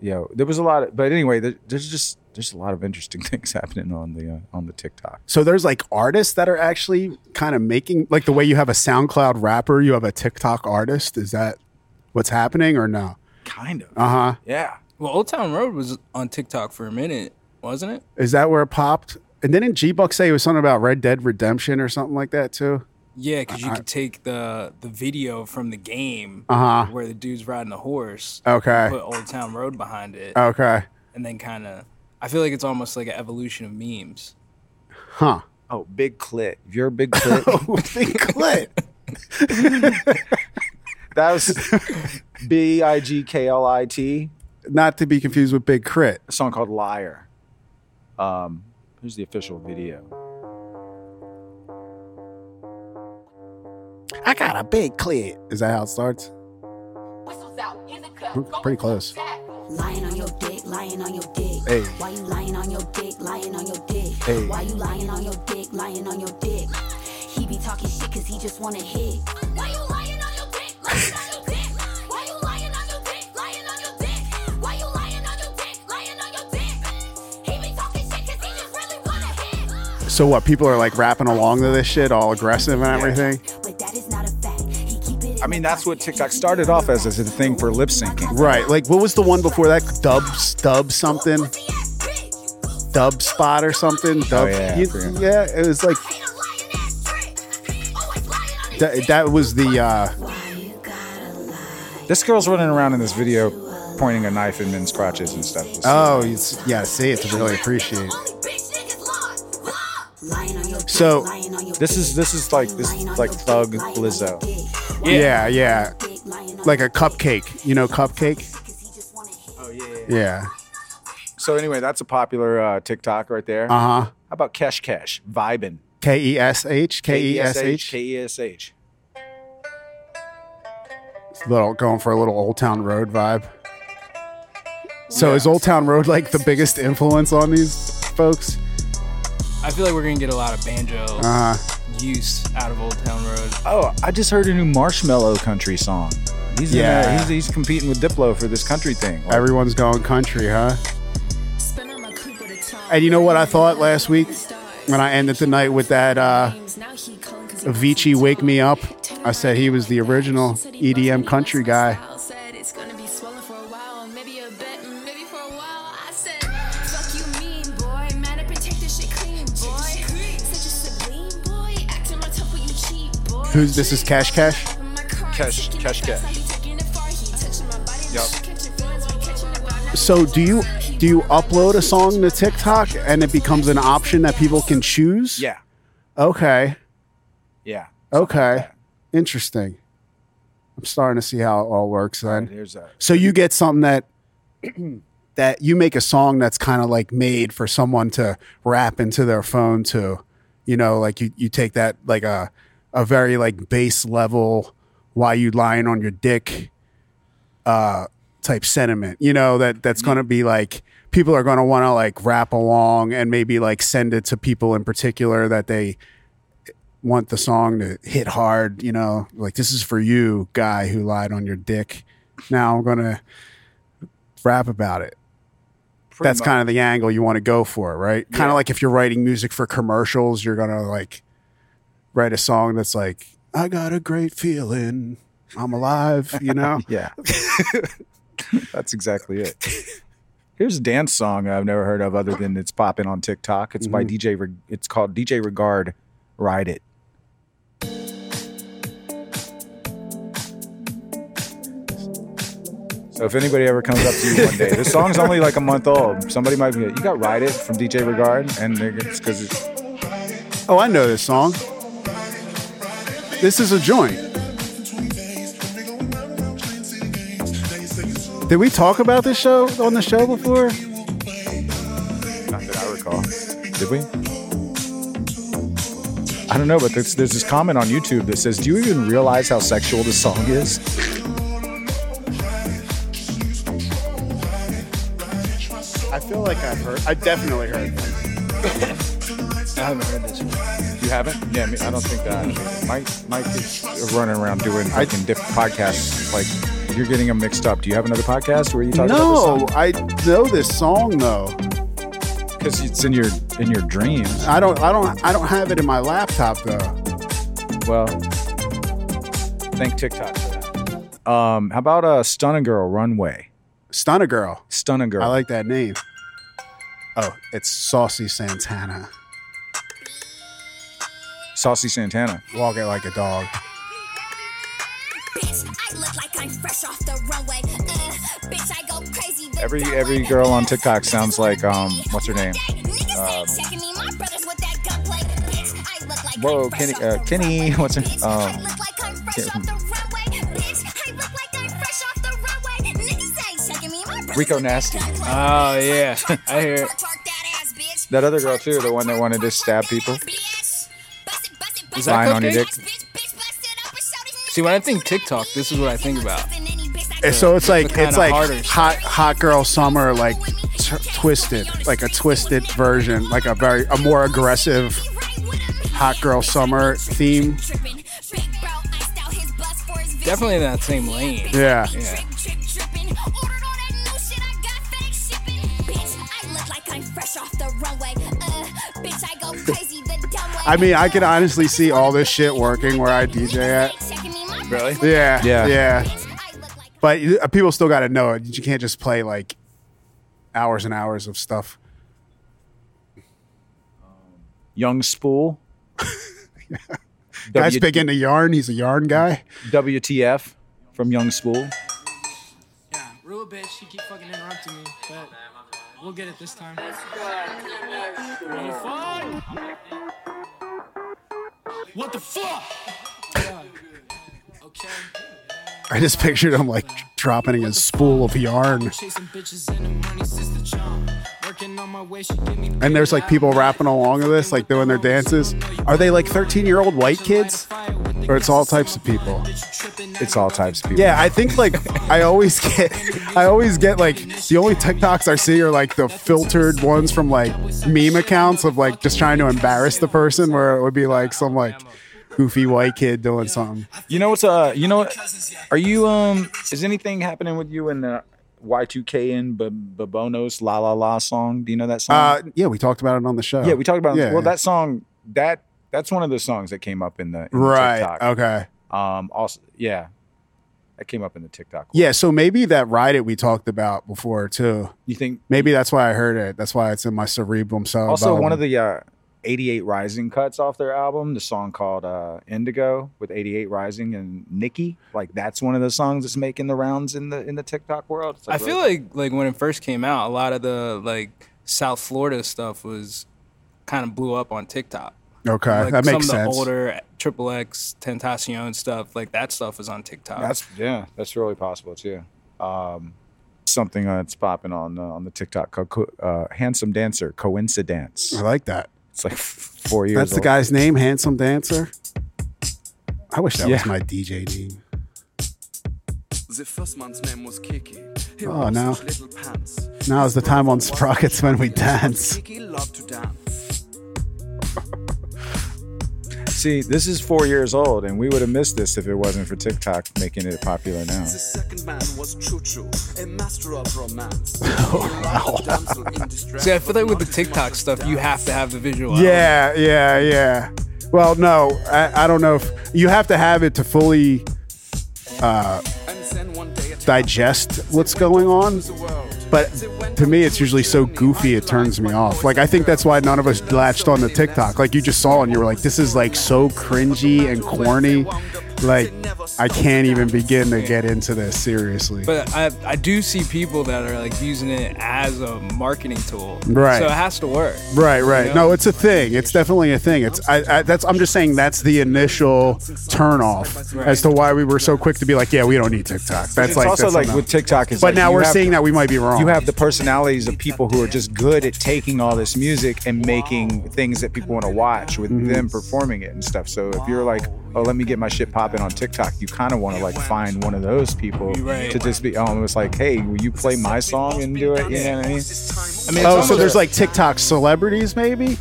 B: yeah, there was a lot of, but anyway, there, there's just there's a lot of interesting things happening on the uh, on the TikTok.
A: So there's like artists that are actually kind of making like the way you have a SoundCloud rapper, you have a TikTok artist. Is that what's happening or no?
B: Kind of.
A: Uh huh.
B: yeah.
C: Well, Old Town Road was on TikTok for a minute, wasn't it?
A: Is that where it popped? And didn't G Buck say it was something about Red Dead Redemption or something like that too?
C: Yeah, because you could take the the video from the game
A: Uh-huh.
C: where the dude's riding the horse,
A: Okay.
C: put Old Town Road behind it,
A: Okay.
C: and then kind of. I feel like it's almost like an evolution of memes.
A: Huh.
D: Oh, big clit.
B: If you're a big clit,
A: Oh, Big clit.
D: That was B I G K L I T.
A: Not to be confused with Big Crit.
D: A song called Liar.
B: um, here's the official video.
A: I got a big clit. Is that how it starts?
E: Whistles out in the
A: We're
E: club.
A: pretty close.
F: Lying on your dick, lying on your dick.
A: Hey.
F: Why you lying on your dick, lying on your dick?
A: Hey.
F: Why you lying on your dick, lying on your dick? He be talking shit cause he just wanna hit.
E: Why you lying on your dick? Lying on your dick. Why you lying on your dick? Lying on your dick. Why you lying on your dick? Lying on your dick. He be talking shit 'cause he just really wanna hit.
A: So what? People are like rapping along to this shit, all aggressive and everything.
F: But that is not a fact. He keep it in
B: I mean,
F: the
B: that's what
F: pocket.
B: TikTok started off as, as a thing for lip syncing.
A: Right. Like what was the one before that? Dub Dub something.
E: Pussy ass bitch.
A: Dub spot or something. Dub.
B: Oh, yeah, I
A: you-
B: forgot.
A: yeah. It was like
E: Ain't a lying ass trick. Always lying on his
A: that.
E: dick.
A: That was the. uh
F: Why you gotta lie?
B: This girl's running around in this video, pointing a knife in men's crotches and stuff.
A: Oh, it's, yeah. See, it to really appreciate.
E: Only bitch niggas lost. Lost.
F: Lying on your dick,
A: So,
F: lying on your
B: this
F: dick.
B: is this is like this
F: Lying on
B: is like
F: your dick,
B: Thug
F: lying on your
B: Lizzo.
F: dick.
A: Yeah, yeah.
F: Dick, lying on
A: Like
F: your
A: a cupcake. You know, cupcake.
F: dick 'cause he just wanna hit.
A: Yeah.
B: So anyway, that's a popular uh, TikTok right there. How
A: Uh huh.
B: about Kesh Kesh vibin?
A: K E S H. K E S H.
B: K E S H.
A: little going for a little old town road vibe so is old town road like the biggest influence on these folks
C: I feel like we're gonna get a lot of banjo
A: uh
C: use out of Old Town Road.
B: Oh, I just heard a new Marshmallow country song. He's yeah.
A: Yeah.
B: he's, he's competing with Diplo for this country thing. Like,
A: everyone's going country huh
G: And you know what I thought last week
A: when i ended the night with that uh
G: Avicii Wake Me Up? I said he was the original
A: E
G: EDM country guy.
A: Who's- this is Cash Cash?
D: Cash- Cash Cash.
G: Yep.
A: so do you do you upload a song to tiktok and it becomes an option that people can choose
B: yeah,
A: okay
B: yeah.
A: okay interesting i'm starting to see how it all works then
B: There's a
A: So you get something that that you make a song that's kind of like made for someone to rap into their phone to, you know, like you you take that like a a very like base level why you lying on your dick uh type sentiment, you know, that that's going to be like people are going to want to like rap along and maybe like send it to people in particular that they want the song to hit hard, you know, like this is for you, guy who lied on your dick. Now I'm gonna rap about it.
B: pretty
A: That's
B: much-
A: kind of the angle you want to go for, right? Kind
B: Yeah.
A: of like if you're writing music for commercials, you're gonna like write a song that's like, I got a great feeling. I'm alive, you know?
B: yeah. That's exactly it. Here's a dance song I've never heard of other than it's popping on TikTok. It's by DJ. Reg- It's called DJ Regard. Ride it. So if anybody ever comes up to you one day, this song's only like a month old. Somebody might be, like, you got Ride It from DJ Regard, and they're it's because it's,
A: Oh, I know this song. This is a joint. Did we talk about this show on the show before?
B: not that I recall. Did we? I don't know, but there's, there's this comment on YouTube that says, "Do you even realize how sexual this song is?"
A: I feel like I've heard. I definitely heard.
C: I haven't heard this. One.
B: You haven't? Yeah, I, mean, I don't think that. Mike, Mike is running around doing fucking different podcasts. Like you're getting them mixed up. Do you have another podcast where you talk
A: No,
B: about
A: I know this song though.
B: because it's in your in your dreams.
A: I don't. I don't. I don't have it in my laptop though.
B: Well, thank TikTok for that. Um, how about uh, Stunning Girl Runway?
A: Stunner Girl.
B: Stunning Girl.
A: I like that name. Oh, it's Saucy Santana.
B: Saucy Santana.
A: Walk it like a dog.
E: Bitch, I look like I'm fresh off the runway. Uh, bitch, I go crazy. the
B: Every
E: dog.
B: every girl on TikTok sounds like um, what's her name? Um,
E: Niggas ain't checking me. My brothers with that gunplay. Bitch, I look like
B: Whoa,
E: I'm fresh
B: Kenny-
E: off
B: uh,
E: the
B: Kenny,
E: runway.
B: what's her-
E: Bitch,
B: um,
E: I look like I'm fresh
B: can't
E: off the runway. Bitch, I look like I'm fresh off the runway. Niggas ain't checking me. My brothers
B: Rico
E: with that
B: Nasty.
E: gunplay.
C: Oh, yeah.
E: Twerk, twerk,
C: I hear it.
E: twerk, twerk that ass, bitch.
B: That other girl,
E: Twerk,
B: too, the
E: twerk,
B: one that wanted to
E: twerk,
B: stab
E: twerk
B: people.
E: that ass, bitch. Bust it, bust it, bust
C: that
E: it,
B: Lying on your
E: bust it,
B: dick?
E: bitch, bitch, bust it up and show these niggas
C: See, when I
E: that
C: think
E: you like
C: TikTok,
E: me.
C: this is what I think about.
A: And so it's like
C: kinda
A: it's like
C: harder.
A: hot hot girl summer like t- twisted like a twisted version like a very a more aggressive hot girl summer theme.
C: Definitely in that same lane.
A: Yeah.
C: Yeah.
A: I mean, I could honestly see all this shit working where I DJ at.
E: at.
B: Really?
A: Yeah,
B: Yeah.
A: yeah. But you- uh, people still got to know it. You can't just play like hours and hours of stuff.
B: Young Spool.
A: Guys
B: W-
A: big into yarn. He's a yarn guy.
B: WTF from Young Spool.
H: Yeah, real bitch. She keep fucking interrupting me, but we'll get it this time. What the fuck? Okay.
A: I just pictured him like dropping his spool of yarn.
H: Chasing bitches in the money since the jump. Working on my way, she give me.
A: And there's like people rapping along to this, like doing their dances. Are they like 13 year old white kids? Or it's all types of people?
B: It's all types of people.
A: Yeah, I think like I always get, I always get like the only TikToks I see are like the filtered ones from like meme accounts of like just trying to embarrass the person, where it would be like some like goofy white kid doing something.
B: You know what's uh you know what are you um is anything happening with you in the Y2K and B- Babonos La La La song? Do you know that song?
A: Uh, yeah, we talked about it on the show.
B: yeah, we talked about
A: yeah.
B: well that song that that's one of the songs that came up in the, in the
A: Right. Oh.
B: TikTok.
A: Okay.
B: Um also yeah. That came up in the TikTok.
A: Yeah. So maybe that ride it we talked about before too.
B: You think
A: Maybe that's why I heard it. That's why it's in my cerebrum. So
B: also one of the uh 88 Rising cuts off their album, the song called uh Indigo with 88 Rising and Nikki. Like that's one of the songs that's making the rounds in the in the TikTok world. It's
C: I feel
B: really-
C: like like when it first came out, a lot of the like South Florida stuff was kind of blew up on TikTok.
A: okay
C: like
A: that makes
C: some
A: sense.
C: of the older Triple X, Tentacion stuff, like that stuff is on TikTok.
B: That's yeah, that's really possible too. Um, something that's popping on uh, on the TikTok called Co- uh, "Handsome Dancer Coincidence."
A: I like that.
B: It's like f- four years.
A: That's the
B: old.
A: guy's name, Handsome Dancer. I wish that
B: Yeah.
A: was my DJ name.
I: The first man's name was Kiki. He
A: Oh,
I: wore
A: now-
I: such Little pants.
A: Now is the time on Sprockets when we dance.
I: Kiki loved to dance.
B: See, this is four years old, and we would have missed this if it wasn't for TikTok making it popular now.
I: The second man was Choo Choo, a master of romance. Oh, wow.
C: See, I feel like with the TikTok stuff, you have to have the visual. element.
A: Yeah, yeah, yeah. Well, no, I, I don't know if you have to have it to fully
I: And then one day it
A: digest what's going on.
I: happened to the world.
A: But
I: They went
A: to me, it's usually so goofy it turns me off. Like I think that's why none of us latched on the TikTok. Like you just saw and you were like, this is like so cringy and corny. Like I can't even begin to get into this seriously.
C: But I, I do see people that are like using it as a marketing tool.
A: Right.
C: So it has to work.
A: Right, right. No, it's a thing. It's definitely a thing. It's I, I that's I'm just saying that's the initial turnoff as to why we were so quick to be like, yeah, we don't need TikTok. That's
B: it's
A: like
B: also
A: that's
B: like
A: enough.
B: with TikTok. It's
A: But
B: like
A: now
B: you
A: we're
B: have-
A: seeing that we might be wrong.
B: you have the personalities of people who are just good at taking all this music and making things that people want to watch with them performing it and stuff. So if you're like, oh, let me get my shit popping on TikTok, you kind of want to like find one of those people
C: Right.
B: to just be almost like, hey, will you play my song and do it? You know what I mean?
C: I mean, it's
A: Oh,
C: almost
A: so there's like TikTok celebrities, maybe?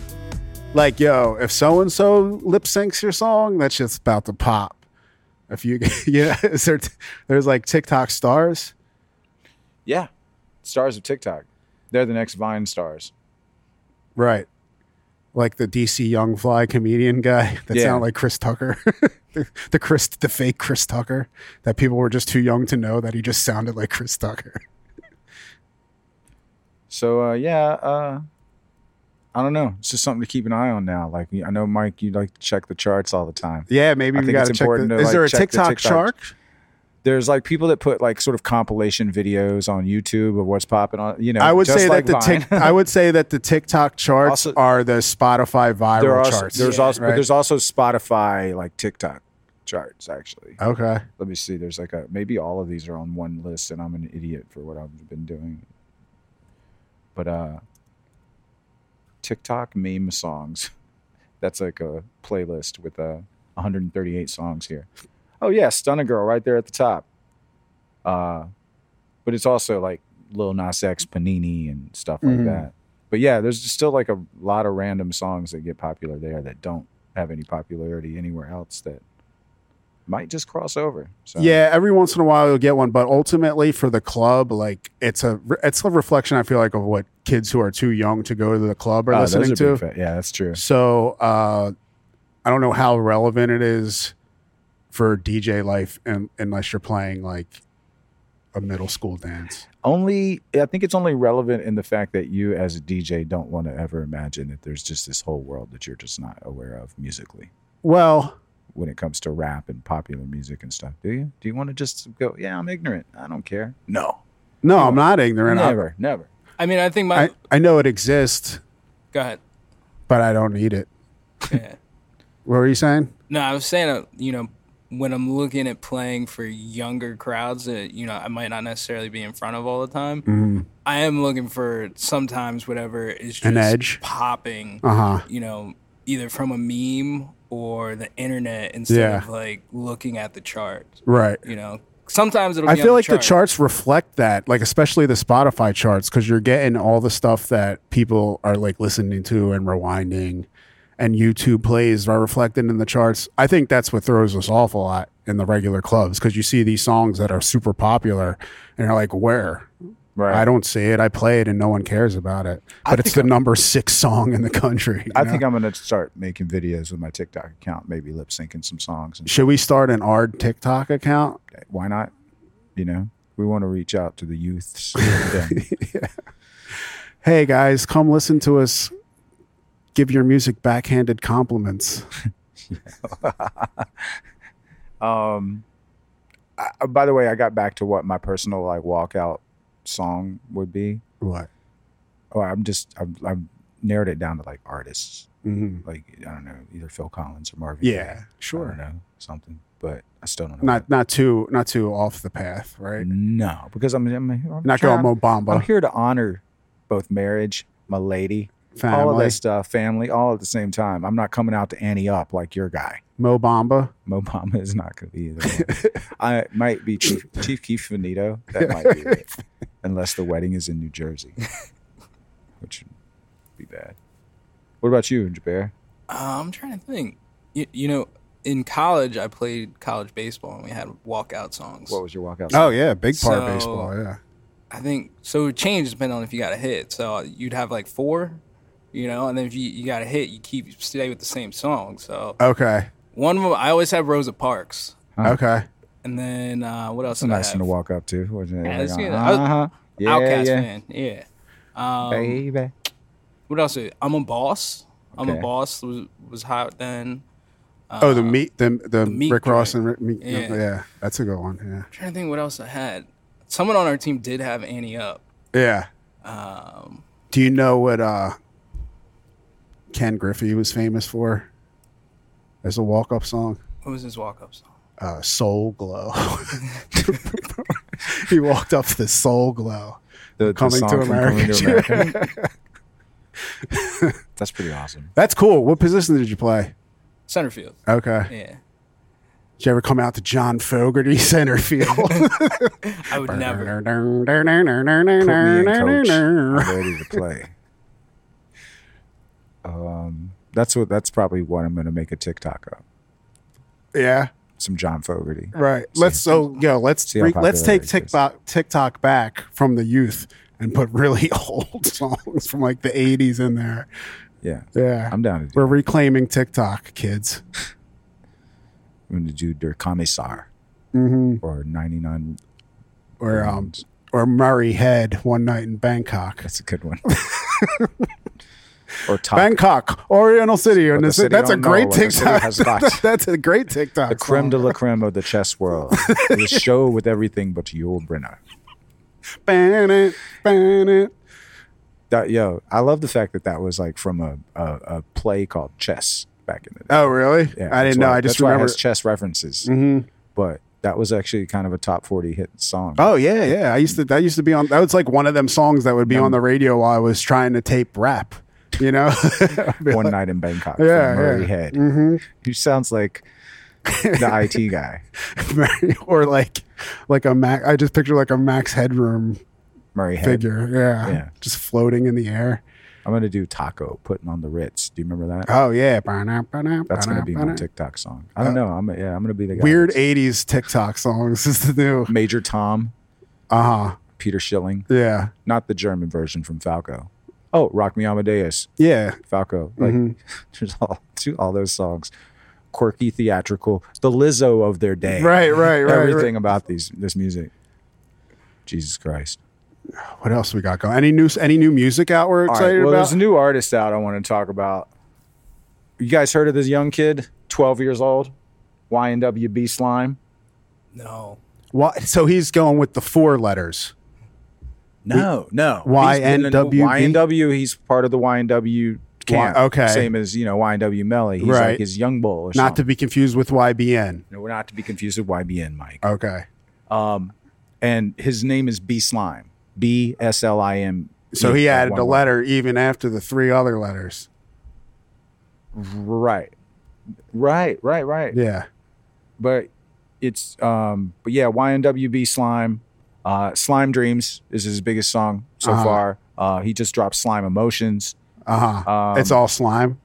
A: Like, yo, if so and so lip syncs your song, that shit's about to pop. If you, yeah, is there, there's like TikTok stars.
B: Yeah, stars of TikTok. They're the next Vine stars.
A: Right. Like the DC Young Fly comedian guy that
B: Yeah.
A: sound like Chris Tucker. the, the Chris the fake Chris Tucker that people were just too young to know that he just sounded like Chris Tucker.
B: So uh, yeah, uh, I don't know. It's just something to keep an eye on now. Like I know, Mike, you like to check the charts all the time.
A: Yeah, maybe
B: I
A: we
B: think
A: got
B: it's
A: to check
B: important
A: the,
B: to,
A: Is
B: like,
A: there a
B: check the
A: TikTok,
B: TikTok.
A: shark?
B: there's like people that put like sort of compilation videos on YouTube of what's popping on. You know,
A: I would
B: just
A: say
B: like
A: that the
B: Vine.
A: tic- I would say that the TikTok charts
B: Also-
A: are the Spotify viral
B: there are also,
A: charts.
B: there's also but
A: right?
B: there's also Spotify like TikTok charts actually.
A: Okay.
B: Let me see. There's like a maybe all of these are on one list, and I'm an idiot for what I've been doing. But uh, TikTok meme songs. That's like a playlist with uh, 138 songs here. Oh yeah, Stunna Girl right there at the top. Uh, but it's also like Lil Nas X, Panini, and stuff like
A: Mhm.
B: that. But yeah, there's just still like a lot of random songs that get popular there that don't have any popularity anywhere else that might just cross over. So
A: Yeah, every once in a while you'll get one, but ultimately for the club, like it's a it's a reflection I feel like of what kids who are too young to go to the club are
B: Oh, those
A: listening
B: are
A: to.
B: big fa- yeah, that's true.
A: So uh, I don't know how relevant it is for DJ life, un unless you're playing like a middle school dance.
B: Only I think it's only relevant in the fact that you as a DJ don't want to ever imagine that there's just this whole world that you're just not aware of musically
A: Well,
B: when it comes to rap and popular music and stuff. Do you? Do you want to just go, yeah, I'm ignorant. I don't care. No.
A: no, I'm not ignorant. I-
B: Never, never.
C: I mean, I think my.
A: I, I know it exists,
C: go ahead.
A: but I don't need it.
C: Yeah.
A: What were you saying?
C: No, I was saying, uh, you know, when I'm looking at playing for younger crowds that, you know, I might not necessarily be in front of all the time, I am looking for sometimes whatever is just
A: Mm-hmm. An edge?
C: popping,
A: Uh huh.
C: you know, either from a meme or the internet instead
A: Yeah.
C: of like looking at the chart,
A: Right.
C: you know. Sometimes it'll
A: I
C: be
A: feel
C: on
A: like
C: the, chart.
A: the charts reflect that, like especially the Spotify charts, because you're getting all the stuff that people are like listening to and rewinding, and YouTube plays are reflected in the charts. I think that's what throws us off a lot in the regular clubs, because you see these songs that are super popular, and you're like, where?
B: Right.
A: I don't see it. I play it, and no one cares about it. But it's the number six song in the country. you
B: I
A: know?
B: think I'm gonna start making videos with my TikTok account, maybe lip syncing some songs and
A: Should we start an ARD TikTok account?
B: why not? You know? We want to reach out to the youths. Then.
A: Hey guys, come listen to us. Give your music backhanded compliments.
B: Um, I, I- Uh, by the way, I got back to what my personal like walkout song would be.
A: What?
B: Oh, I'm just I've, I've narrowed it down to like artists,
A: Mm-hmm.
B: like I don't know, either Phil Collins or Marvin. Gaye.
A: Yeah,
B: I don't
A: sure.
B: know something, but I still don't know.
A: Not not too not too off the path,
B: what-
A: right?
B: no, because I'm, I'm, I'm
A: Not
B: trying-
A: going Mo
B: I'm
A: Bamba
B: here to honor both marriage, my lady, all of
A: family.
B: that stuff, family, all at the same time. I'm not coming out to Annie up like your guy.
A: Mo Bamba.
B: Mo Bamba is not going to be either. one. I might be Chief, Chief Keith Finito. That might be it, unless the wedding is in New Jersey, which would be bad. What about you, Jaber?
C: Uh, I'm trying to think. You, you know, in college, I played college baseball and we had walkout songs.
B: What was your walkout?
A: Oh
B: song?
A: yeah, big part of
C: So-
A: baseball. Yeah,
C: I think so. It changed depending on if you got a hit. So uh, you'd have like four, you know, and then if you, you got a hit, you keep you stay with the same song. So
A: okay,
C: one of them, I always have Rosa Parks,
A: okay.
C: and then uh, what else?
B: It's a
C: did I
B: nice one
C: have?
B: to walk up to. wasn't it?
C: Yeah, it's
B: Like,
C: good. I was-
B: uh-huh. Yeah,
C: Oh, Outcast
B: yeah.
C: fan, yeah. Um,
B: baby.
C: What else? I'm a boss. I'm a
B: Okay.
C: boss was was hot then.
A: oh, the meat, the the,
C: meat
A: Rick Ross
C: joint.
A: and Rick, meat, yeah.
C: Yeah.
A: that's a good one.
C: trying to think what else I had. Someone on our team did have Annie up.
A: Yeah, yeah. Do you know what uh, Ken Griffey was famous for? As a walk-up song,
C: What was his walk up song?
A: uh, "Soul Glow." he walked up to the "Soul Glow."
B: The, the
A: Coming
B: song
A: to
B: from
A: America.
B: Coming to America. That's pretty awesome.
A: That's cool. What position did you play?
C: Center field.
A: Okay.
C: Yeah.
A: Did you ever come out to John Fogerty center field?
C: I would never.
B: Put me in, coach. I'm ready to play. Um, that's what. That's probably what I'm going to make a TikTok of.
A: yeah.
B: Some John Fogerty.
A: Right. let's so yo, let's
B: See how
A: re- let's take
B: popular it is.
A: TikTok TikTok back from the youth and put really old songs from like the 80s in there.
B: Yeah.
A: Yeah.
B: I'm down to do.
A: We're
B: We're
A: reclaiming TikTok, kids.
B: I'm going to do Der Kommissar or 99.
A: Mm-hmm. Or um or Murray Head one night in Bangkok.
B: That's a good one. or Top.
A: Bangkok, Oriental City, and
B: the
A: this-
B: city
A: that's a
B: don't know
A: great
B: what the city
A: TikTok.
B: has got.
A: that's a great TikTok.
B: the creme
A: song.
B: de la creme of the chess world. the show with everything but Yul Brynner.
A: Ban it, ban it.
B: That yo, I love the fact that that was like from a a, a play called Chess back in the day.
A: Oh, really? I
B: that's
A: didn't know.
B: why-
A: I just
B: that's why it
A: remember. Mm-hmm.
B: has chess references. But that was actually kind of a top forty hit song.
A: Oh yeah, yeah. I used to. That used to be on. That was like one of them songs that would be on the radio while I was trying to tape rap. You know,
B: One night in Bangkok
A: Yeah,
B: from Murray
A: yeah. Mm-hmm.
B: Head, who sounds like the IT guy,
A: or like like a Mac. I just picture like a Max Headroom
B: Murray Head.
A: figure. Yeah,
B: Yeah.
A: just floating in the air.
B: I'm gonna do Taco putting on the Ritz. Do you remember that?
A: Oh yeah,
B: That's gonna be my TikTok song. I don't know. I'm yeah, I'm gonna be the guy.
A: Uh, Weird
B: that's-
A: '80s TikTok songs is the new.
B: Major Tom,
A: Uh huh.
B: Peter Schilling.
A: Yeah,
B: not the German version from Falco. Oh, Rock Me Amadeus,
A: yeah.
B: Falco. Like
A: Mm-hmm.
B: there's all to all those songs, quirky, theatrical, the Lizzo of their day.
A: Right, right, right.
B: Everything
A: right.
B: about these this music. Jesus Christ.
A: What else we got going? Any new any new music out? We're
B: All right,
A: excited
B: well,
A: about.
B: there's a new artist out I want to talk about. You guys heard of this young kid, 12 years old, YNWB Slime?
C: No.
A: Why- so he's going with the four letters.
B: No, no.
A: Y-
B: He's been in-
A: YNWB?
B: YNW. He's part of the YNW camp.
A: Y- okay.
B: Same as you know YNW Melly. He's
A: Right.
B: like his young bull. Or
A: Not
B: something.
A: to be confused with YBN.
B: No, we're not to be confused with YBN, Mike.
A: Okay.
B: And his name is B Slime. B S L I M.
A: So he
B: Yeah,
A: added
B: one
A: the
B: word.
A: letter even after the three other letters.
B: Right. Right, right, right.
A: Yeah.
B: But it's um but yeah, YNWB Slime. Uh Slime Dreams is his biggest song so
A: Uh-huh.
B: far. Uh he just dropped Slime Emotions.
A: Uh huh.
B: Um, uh,
A: it's all slime.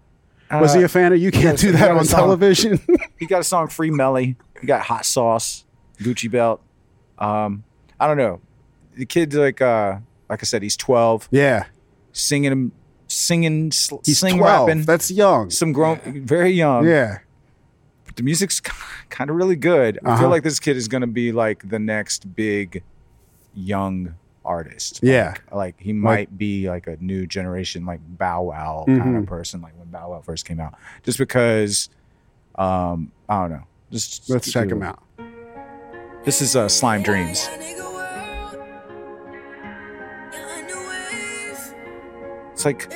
A: Uh, Was he a fan of You Can't Do
B: he
A: That
B: had a
A: on
B: song.
A: Television?
B: he got a song Free Melly. He got Hot Sauce, Gucci Belt. Um I don't know. The kid's like uh like I said, he's twelve.
A: yeah.
B: singing, singing, sl-
A: He's
B: sing
A: 12.
B: rapping.
A: That's young.
B: some grown, very young.
A: yeah.
B: But the music's kind of really good. I
A: Uh-huh.
B: feel like this kid is going to be like the next big young artist.
A: Yeah.
B: Like he might be like a new generation, like Bow Wow kind
A: Mm-hmm.
B: of person, like when Bow Wow first came out. Just because, um, I don't know. Just
A: Let's check him out.
B: This is uh, Slime Dreams. It's like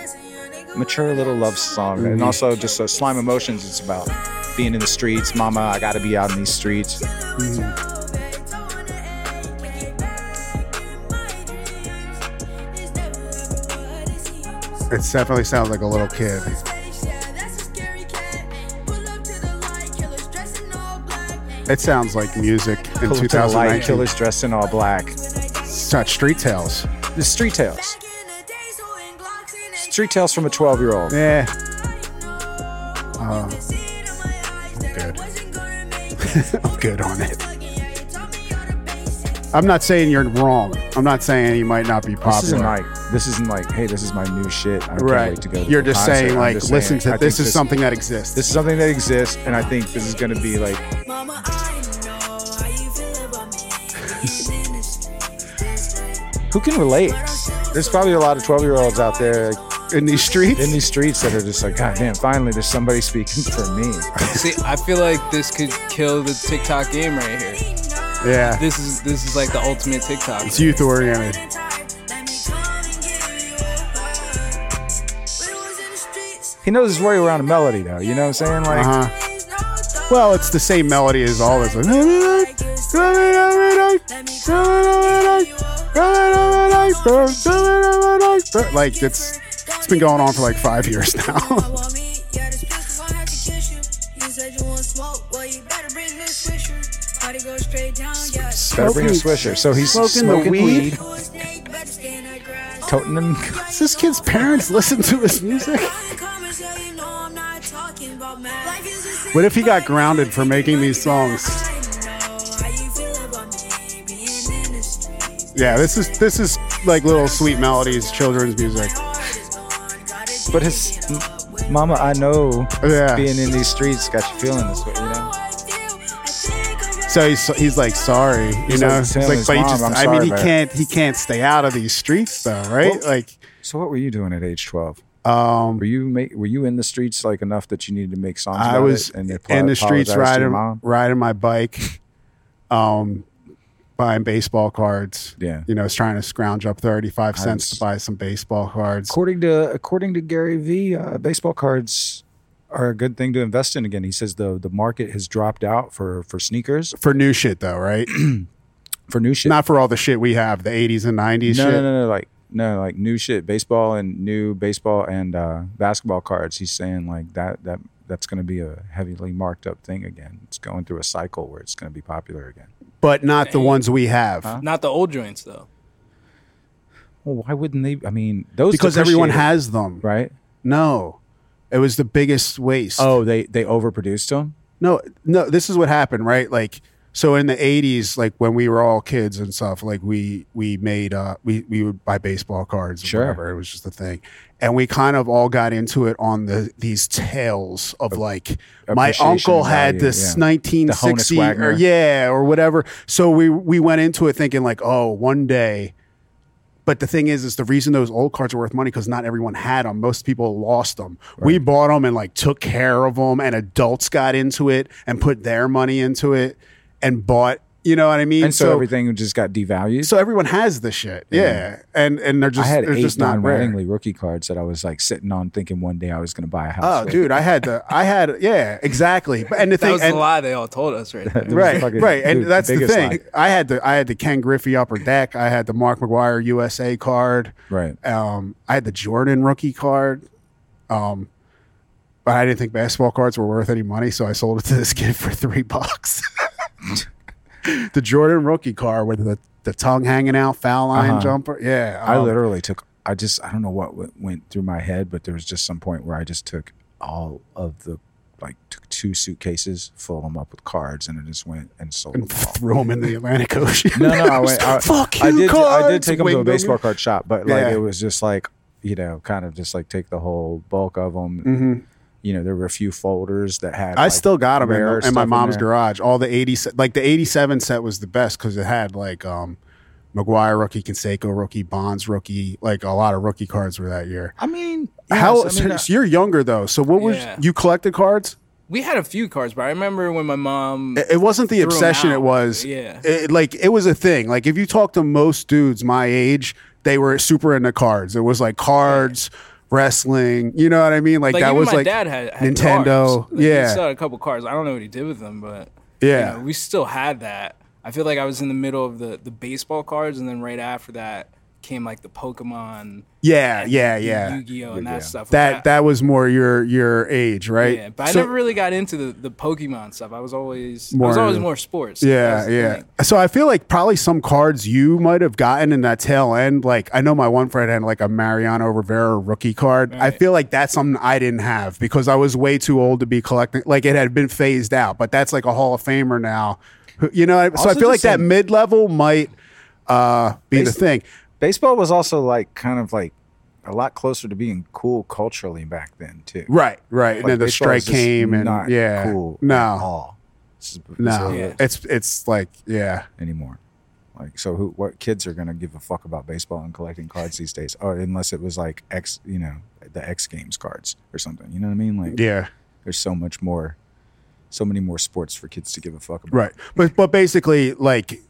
B: mature little love song
A: Mm-hmm.
B: and also just uh, slime emotions it's about being in the streets mama i gotta be out in these streets
A: It definitely sounds like a little kid. It sounds like music in
B: Pull up to the light
A: 2019.
B: killers dressed in all black
A: It's not Street Tales.
B: the street tales street tales from a 12 year old
A: Yeah. I'm good. I'm good on it. I'm not saying you're wrong. I'm not saying he might not be
B: this isn't
A: popular.
B: like this isn't like hey this is my new shit i can't
A: Right.
B: wait to go to
A: You're
B: the
A: just
B: concert.
A: saying
B: I'm
A: like
B: just
A: listen
B: saying, I
A: to this
B: think
A: is something that exists.
B: this is something that exists and i think this is going to be like who can relate
D: There's probably a lot of 12 year olds out there like,
A: in these streets.
B: in these streets that are just like, God damn, finally there's somebody speaking for me.
C: See, I feel like this could kill the TikTok game right here.
A: yeah,
C: This is this is like the ultimate TikTok.
A: it's youth oriented.
B: He knows his way around a melody though, you know what I'm saying? Like
A: Uh huh. Well, it's the same melody as all this. Like, like it's it's been going on for like five years now.
B: better bring a
A: Smoking-
B: swisher. So he's
A: smoking
B: smoking,
A: the weed.
B: weed. toting
E: Oh,
B: them.
A: Does this kid's parents listen to his music? What if he got grounded for making these songs? Yeah, this is this is like little sweet melodies, children's music.
B: But his m- mama, I know
A: Yeah.
B: being in these streets got you feeling this way, you know.
A: So he's he's like sorry, you
B: He's
A: know.
B: like,
A: He's
B: "Tell
A: like,
B: his
A: but he
B: mom
A: just,
B: I'm
A: I mean,
B: sorry
A: he
B: about it."
A: can't he can't stay out of these streets though, right?
B: Well-
A: like,
B: So what were you doing at age twelve?
A: um,
B: Were you make were you in the streets like enough that you needed to make songs?
A: I
B: about
A: was
B: it and
A: in
B: apo-
A: the streets
B: apologize to
A: riding
B: your mom?
A: riding my bike, um, buying baseball cards.
B: Yeah.
A: you know, I was trying to scrounge up thirty five cents
B: was-
A: to buy some baseball cards.
B: According to according to Gary V, uh, baseball cards are a good thing to invest in again. He says the the market has dropped out for for sneakers
A: For new shit though, right?
B: for new shit.
A: Not for all the shit we have, the eighties and nineties
B: no,
A: shit.
B: no, no, no, like no, like new shit, baseball and new baseball and uh, basketball cards. He's saying like that that that's going to be a heavily marked up thing again. It's going through a cycle where it's going to be popular again.
A: But not the ones we have.
C: Not the old joints though.
B: Well, why wouldn't they? I mean, those
A: Because everyone
B: depreciated,
A: has them.
B: right.
A: No. It was the biggest waste.
B: Oh, they they overproduced them.
A: No, no, this is what happened, right? Like so in the 80s like when we were all kids and stuff, like we we made uh we we would buy baseball cards or
B: Sure.
A: whatever. It was just a thing. And we kind of all got into it on the these tales of like my
B: appreciation
A: uncle had
B: value,
A: this
B: yeah.
A: 1960
B: The Honus
A: or
B: Wagner.
A: yeah or whatever. So we we went into it thinking like, "Oh, one day but the thing is, is the reason those old cards are worth money because not everyone had them. Most people lost them. We bought them and like took care of them, and adults got into it and put their money into it and bought. You know what I mean?
B: And so, everything just got devalued.
A: so everyone has the shit. Yeah, and and they're just
B: I had
A: they're
B: eight
A: just not
B: non
A: rare.
B: Mattingly rookie cards that I was like sitting on, thinking one day I was going to buy a house.
A: Oh,
B: with.
A: dude, I had the I had yeah exactly. But- And the
C: That
A: thing
C: was
A: and,
C: the lie they all told us right there.
B: was
A: right,
B: fucking-
A: right, and
B: dude,
A: that's the
B: biggest
A: thing.
B: lie.
A: I had the I had the Ken Griffey upper deck. I had the Mark McGuire USA card.
B: Right.
A: Um, I had the Jordan rookie card. Um, but I didn't think basketball cards were worth any money, so I sold it to this kid for three bucks. the Jordan rookie card with the, the tongue hanging out, foul line
B: Uh-huh.
A: jumper. Yeah,
B: I
A: um,
B: literally took. I just I don't know what went, went through my head, but there was just some point where I just took all of the like took two suitcases, filled them up with cards, and I just went and sold them all.
A: threw him in the Atlantic Ocean.
B: No, no, I went. I,
A: Fuck
B: I
A: you,
B: did. I did
A: cards,
B: take them to a
A: winged 'em.
B: baseball card shop, but like
A: Yeah.
B: it was just like you know, kind of just like take the whole bulk of them. You know, there were a few folders that had.
A: Mm-hmm. I
B: like,
A: still got them in,
B: rare
A: in
B: stuff
A: my mom's
B: there.
A: garage. All the 80 se- like the 87 set was the best cuz it had like um McGuire rookie, Conseco rookie, Bonds rookie, like a lot of rookie cards were that year.
B: I mean,
A: How
B: yes, I mean, uh,
A: so- so you're younger though. So what was
C: uh, Yeah.
A: you collected cards?
C: We had a few cards, but I remember when my mom
A: It, it wasn't the
C: them
A: obsession it
C: out.
A: was.
C: Yeah.
A: it- like it was a thing. Like if you talk to most dudes my age, they were super into cards. It was like cards, wrestling, you know what I mean? Like,
C: like
A: that
C: even
A: was
C: my
A: like
C: dad had, had
A: Nintendo.
C: cards. Like, he
A: yeah.
C: still had a couple cards. I don't know what he did with them, but
A: Yeah.
C: you know, we still had that. I feel like I was in the middle of the the baseball cards, and then right after that came like the Pokemon,
A: yeah, yeah,
C: the
A: yeah.
C: Yu-Gi-Oh, and that stuff.
A: that
C: Like,
A: that was more your your age,
C: I-
A: right?
C: yeah, but
A: So-
C: I never really got into the, the Pokemon stuff. I was always I was
A: More-
C: always more sports. That was
A: Yeah,
C: the
A: yeah.
C: thing.
A: So I feel like probably some cards you might have gotten in that tail end. Like I know my one friend had like a Mariano Rivera rookie card. I feel like that's something I didn't have because I was way too old to be collecting. Like it had been phased out, but that's like a Hall of Famer now. Who- You know, so I
B: Also
A: feel like
B: just
A: that
B: in-
A: mid level might uh, be the
B: Basi-
A: thing.
B: baseball was also like kind of like a lot closer to being cool culturally back then too.
A: Right, right.
B: Like,
A: and then the
B: baseball
A: strike
B: is just
A: came and
B: not
A: yeah.
B: cool
A: no.
B: at all. It's- it's
A: No.
B: a-
C: Yeah.
A: It's it's like yeah.
B: anymore. Like, so who, what kids are gonna give a fuck about baseball and collecting cards these days? Or unless it was like X, you know, the X Games cards or something. You know what I mean? Like,
A: Yeah.
B: there's so much more, so many more sports for kids to give a fuck about.
A: Right. But but basically like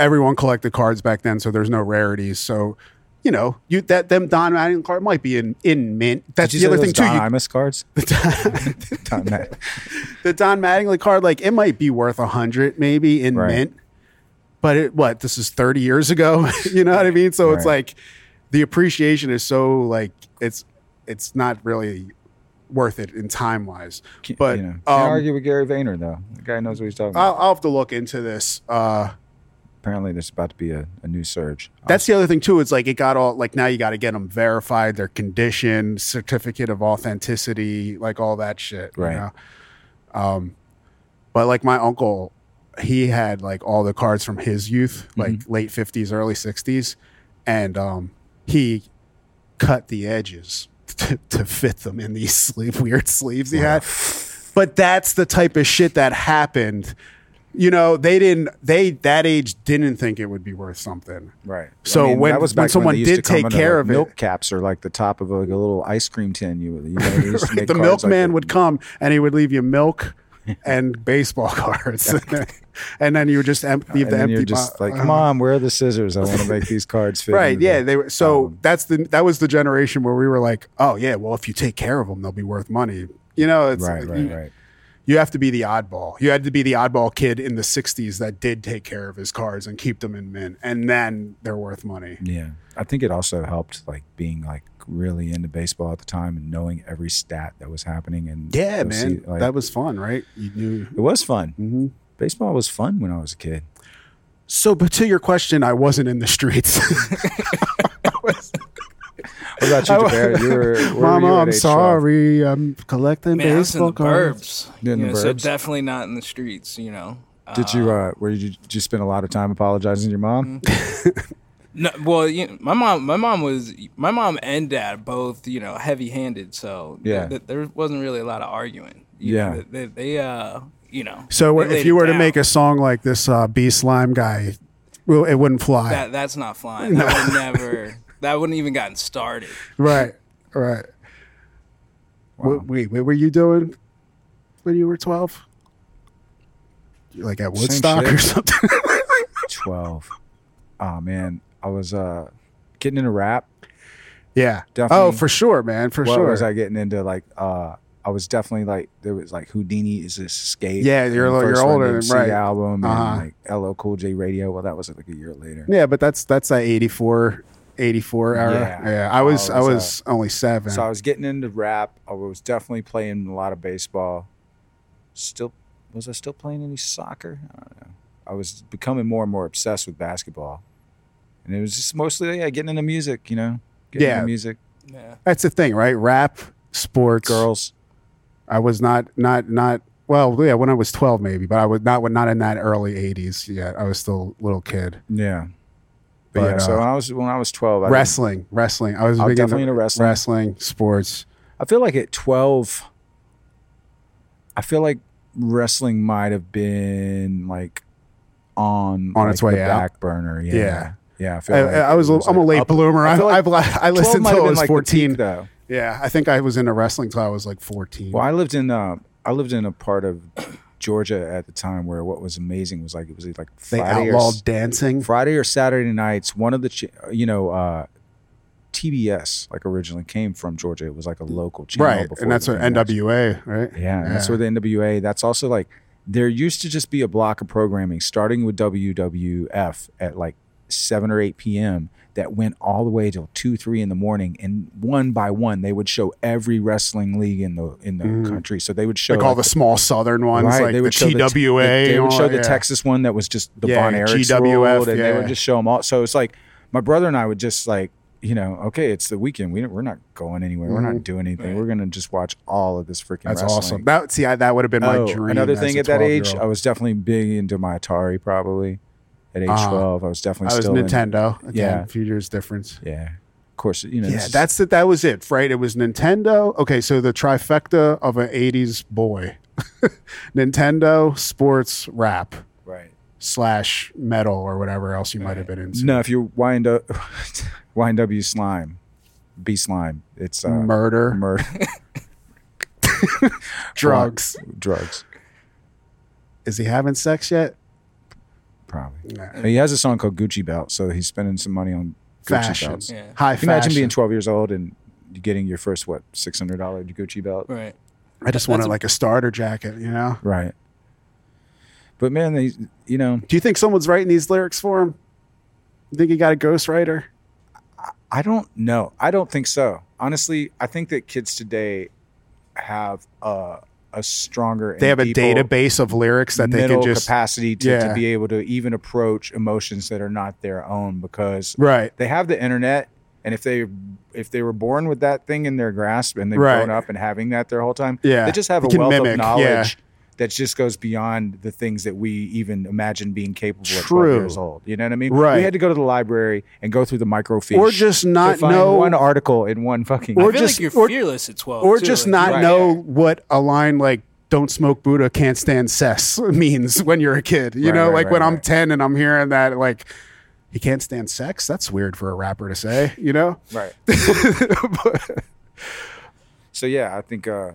A: everyone collected cards back then, so there's no rarities. So you know, you that them Don Madden card might be in in mint. That's
B: Did you
A: the
B: say
A: other
B: those
A: thing too.
B: Don
A: You-
B: Imus cards? Don Matt.
A: the Don Mattingly card, like it might be worth a hundred maybe in
B: Right.
A: mint, but it what this is thirty years ago, you know what I mean? So it's
B: Right.
A: like the appreciation is so like it's it's not really worth it in time wise. But
B: you know, can't
A: um, Uh,
B: argue with Gary Vayner though. The guy knows what he's talking about.
A: I'll, I'll have to look into this. Uh,
B: Apparently, there's about to be a, a new surge.
A: that's the other thing too. It's like it got all like now you got to get them verified, their condition, certificate of authenticity, like all that shit. you
B: Right.
A: know? Um, but like my uncle, he had like all the cards from his youth,
B: Mm-hmm.
A: like late fifties, early sixties, and um, he cut the edges to, to fit them in these sleeve weird sleeves he had. But that's the type of shit that happened. You know, they didn't. They that age didn't think it would be worth something.
B: Um, Right.
A: So when-
B: that was
A: when
B: back they
A: someone
B: used
A: did
B: to come
A: take
B: in,
A: care
B: like,
A: of it-
B: milk caps or like the top of a, like, a little ice cream tin. You, you know, they used to make
A: the
B: cards like
A: milkman
B: that.
A: would come and he would leave you milk and baseball cards, and then you would just em- leave
B: And
A: the
B: then
A: empty.
B: you're
A: bo-
B: just like,
A: uh,
B: Mom, where are the scissors? I want to make these cards fit.
A: Right?
B: into
A: Yeah.
B: the-"
A: They were, so
B: Um,
A: that's the that was the generation where we were like, oh yeah, well if you take care of them, they'll be worth money. You know, it's
B: right,
A: like,
B: right,
A: you,
B: right.
A: you have to be the oddball. You had to be the oddball kid in the '60s that did take care of his cards and keep them in mint, and then they're worth money.
B: Yeah, I think it also helped like being like really into baseball at the time and knowing every stat that was happening. And
A: Yeah,
B: you'll see,
A: man,
B: like,
A: that Mm-hmm. was fun, right? You knew.
B: it was fun. Baseball was fun when I was a kid.
A: So, but to your question, I wasn't in the streets.
B: What about you, Javier? You were, where were you
A: Mama,
B: at
A: I'm
B: age 12?
A: sorry. I'm collecting
C: Man, I was in
A: baseball
C: the
A: cards.
C: burbs.
B: You're in
C: you
B: the
C: know, So
B: burbs?
C: definitely not in the streets, you know. Uh,
B: Did you? Uh, were you? Did you spend a lot of time apologizing to your mom?
A: Mm-hmm.
C: no, well, you know, my mom, my mom was, my mom and dad both, you know, heavy-handed. So
B: Yeah.
C: th- there wasn't really a lot of arguing. You
B: Yeah.
C: know, they, they, uh, you know.
A: So,
C: they laid
A: if you
C: it
A: were to
C: down.
A: make a song like this, uh, B Slime guy, well, it wouldn't fly.
C: that, that's not flying. That would never. That wouldn't even gotten started.
A: right, right. What, wait, what were you doing when you were 12? Like at
B: Same
A: Woodstock or
B: shit.
A: something?
B: Twelve. Oh man, I was uh, getting into rap.
A: yeah.
B: Definitely.
A: Oh, for sure, man. For
B: what
A: sure.
B: was I getting into? Like, uh, I was definitely like there was like Houdini is escape.
A: Yeah, you're
B: and
A: a little-
B: First
A: you're
B: Run
A: older than-
B: DMC
A: right.
B: Album
A: Uh-huh.
B: and like LL Cool J Radio. Well, that was like a year later.
A: yeah, but that's that's that 84, 84 era. Yeah.
B: Yeah.
A: I was,
B: I
A: I was,
B: was,
A: only seven.
B: So I was getting into rap. I was definitely playing a lot of baseball. Still, was I still playing any soccer? I don't know. I was becoming more and more obsessed with basketball, and it was just mostly yeah, getting into music. You know, getting
A: Yeah.
B: into music,
C: Yeah.
A: that's the thing, right? Rap, sports,
B: girls.
A: I was not not not well, yeah, when I was twelve maybe, but I was not not in that early eighties yet. I was still a little kid.
B: Yeah, but,
A: But,
B: yeah. so
A: uh,
B: when I was when I was twelve, I didn't-
A: wrestling, wrestling. I was
B: I was
A: big
B: definitely into wrestling.
A: wrestling, sports.
B: I feel like at 12, I feel like wrestling might have been like on
A: On
B: like,
A: its way
B: the
A: out?
B: back burner. Yeah.
A: Yeah.
B: Yeah. I feel
A: I,
B: like
A: I was
B: it
A: a- I'm a
B: like,
A: late
B: up-
A: bloomer. I,
B: I
A: I,
B: feel like
A: have I
B: 12
A: listened
B: might have
A: till I
B: been,
A: was
B: like, the
A: fourteen.
B: peak, though.
A: yeah, I think I was into wrestling till I was like fourteen.
B: Well, I lived in uh, I lived in a part of Georgia at the time where what was amazing was like it was like
A: they
B: Friday or
A: outlawed
B: s-
A: dancing.
B: Friday or Saturday nights. One of the ch- you know uh, TBS like originally came from Georgia. It was like a local channel,
A: Right,
B: before
A: and
B: it
A: that's what
B: became national.
A: NWA, right?
B: Yeah, that's where the NWA. That's also like there used to just be a block of programming starting with WWF at like seven or eight p.m. that went all the way till two, three in the morning, and one by one they would show every wrestling league in the in the country. So they would show
A: Mm. like all the small southern ones,
B: Right,
A: like
B: they would
A: the
B: show
A: TWA.
B: The, they- they
A: and
B: would
A: all
B: show
A: that,
B: the
A: yeah.
B: Texas one that was just the
A: Yeah,
B: Von Erichs
A: GWF,
B: rule, and they
A: yeah.
B: would just show them all. So it's like my brother and I would just like you know, okay, it's the weekend. We don't, we're not going anywhere. We're not doing anything. We're gonna just watch all of this freaking.
A: Mm-hmm. That's
B: wrestling.
A: awesome. That see, I, that would have been
B: Oh,
A: my dream.
B: Another
A: as
B: thing
A: a
B: at that age,
A: 12-year-old.
B: I was definitely big into my Atari probably at age
A: Uh-huh.
B: 12. I was definitely
A: I was
B: still in-
A: Nintendo. Again,
B: Yeah.
A: a few years difference.
B: yeah. Of course, you know.
A: Yeah,
B: this is-
A: that's it. That was it, right? It was Nintendo. Okay, so the trifecta of an '80s boy: Nintendo, sports, rap.
B: right.
A: slash metal or whatever else you might have been into.
B: No, if you wind up YNW slime, B slime, it's uh,
A: Murder,
B: murder,
A: drugs.
B: drugs,
A: Is he having sex yet?
B: probably.
A: Nah.
B: He has a song called Gucci Belt, so he's spending some money on Gucci
A: Fashion,
B: belts.
C: Yeah.
A: high
B: Can you imagine
A: fashion.
B: being 12 years old and getting your first what six hundred dollar Gucci belt?
C: Right.
A: I just wanted like a starter jacket, you know.
B: Right. But man, they, you know,
A: Do you think someone's writing these lyrics for him? You think he got a ghostwriter?
B: I don't know. I don't think so. Honestly, I think that kids today have a a stronger and
A: They have a
B: deeper
A: database of lyrics that they
B: mental
A: can just
B: capacity to, to
A: Yeah.
B: be able to even approach emotions that are not their own because
A: right.
B: they have the internet and if they if they were born with that thing in their grasp and they've
A: Right.
B: grown up and having that their whole time
A: Yeah.
B: they just have
A: They
B: a
A: can
B: wealth
A: mimic,
B: of
A: yeah.
B: knowledge that just goes beyond the things that we even imagine being capable of 12
A: True.
B: years old you know what i mean
A: Right.
B: we had to go to the library and go through the microfiche
A: Or just
B: to
A: not
B: find
A: know-
B: one article in one fucking
A: Or
C: I feel
A: just-
C: like you're
A: or-
C: fearless at 12.
A: Or
C: too,
A: just
C: like,
A: not
C: right.
A: know what a line like "Don't smoke Buddha, can't stand cess" means when you're a kid. You
B: Right,
A: know,
B: right,
A: like
B: right,
A: when I'm
B: right.
A: ten and I'm hearing that, like he can't stand sex. That's weird for a rapper to say. You know,
B: right so yeah i think uh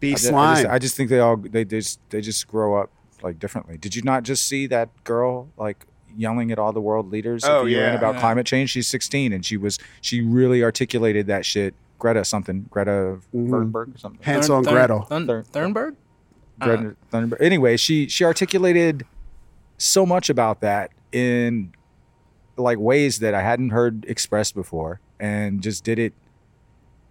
A: be
B: I ju- I just,
A: slime.
B: I just think they all they just they just grow up like differently. Did you not just see that girl like yelling at all the world leaders at
A: Oh,
B: the UN
A: yeah.
B: about
C: Yeah.
B: climate change? She's 16 and she was she really articulated that shit. Greta something, Greta Thunberg or something.
A: Hansel and
C: Thun-
A: Gretel.
C: Thun-
B: Thur-
C: Thunberg?
B: Greta Thunberg. Anyway, she she articulated so much about that in like ways that I hadn't heard expressed before, and just did it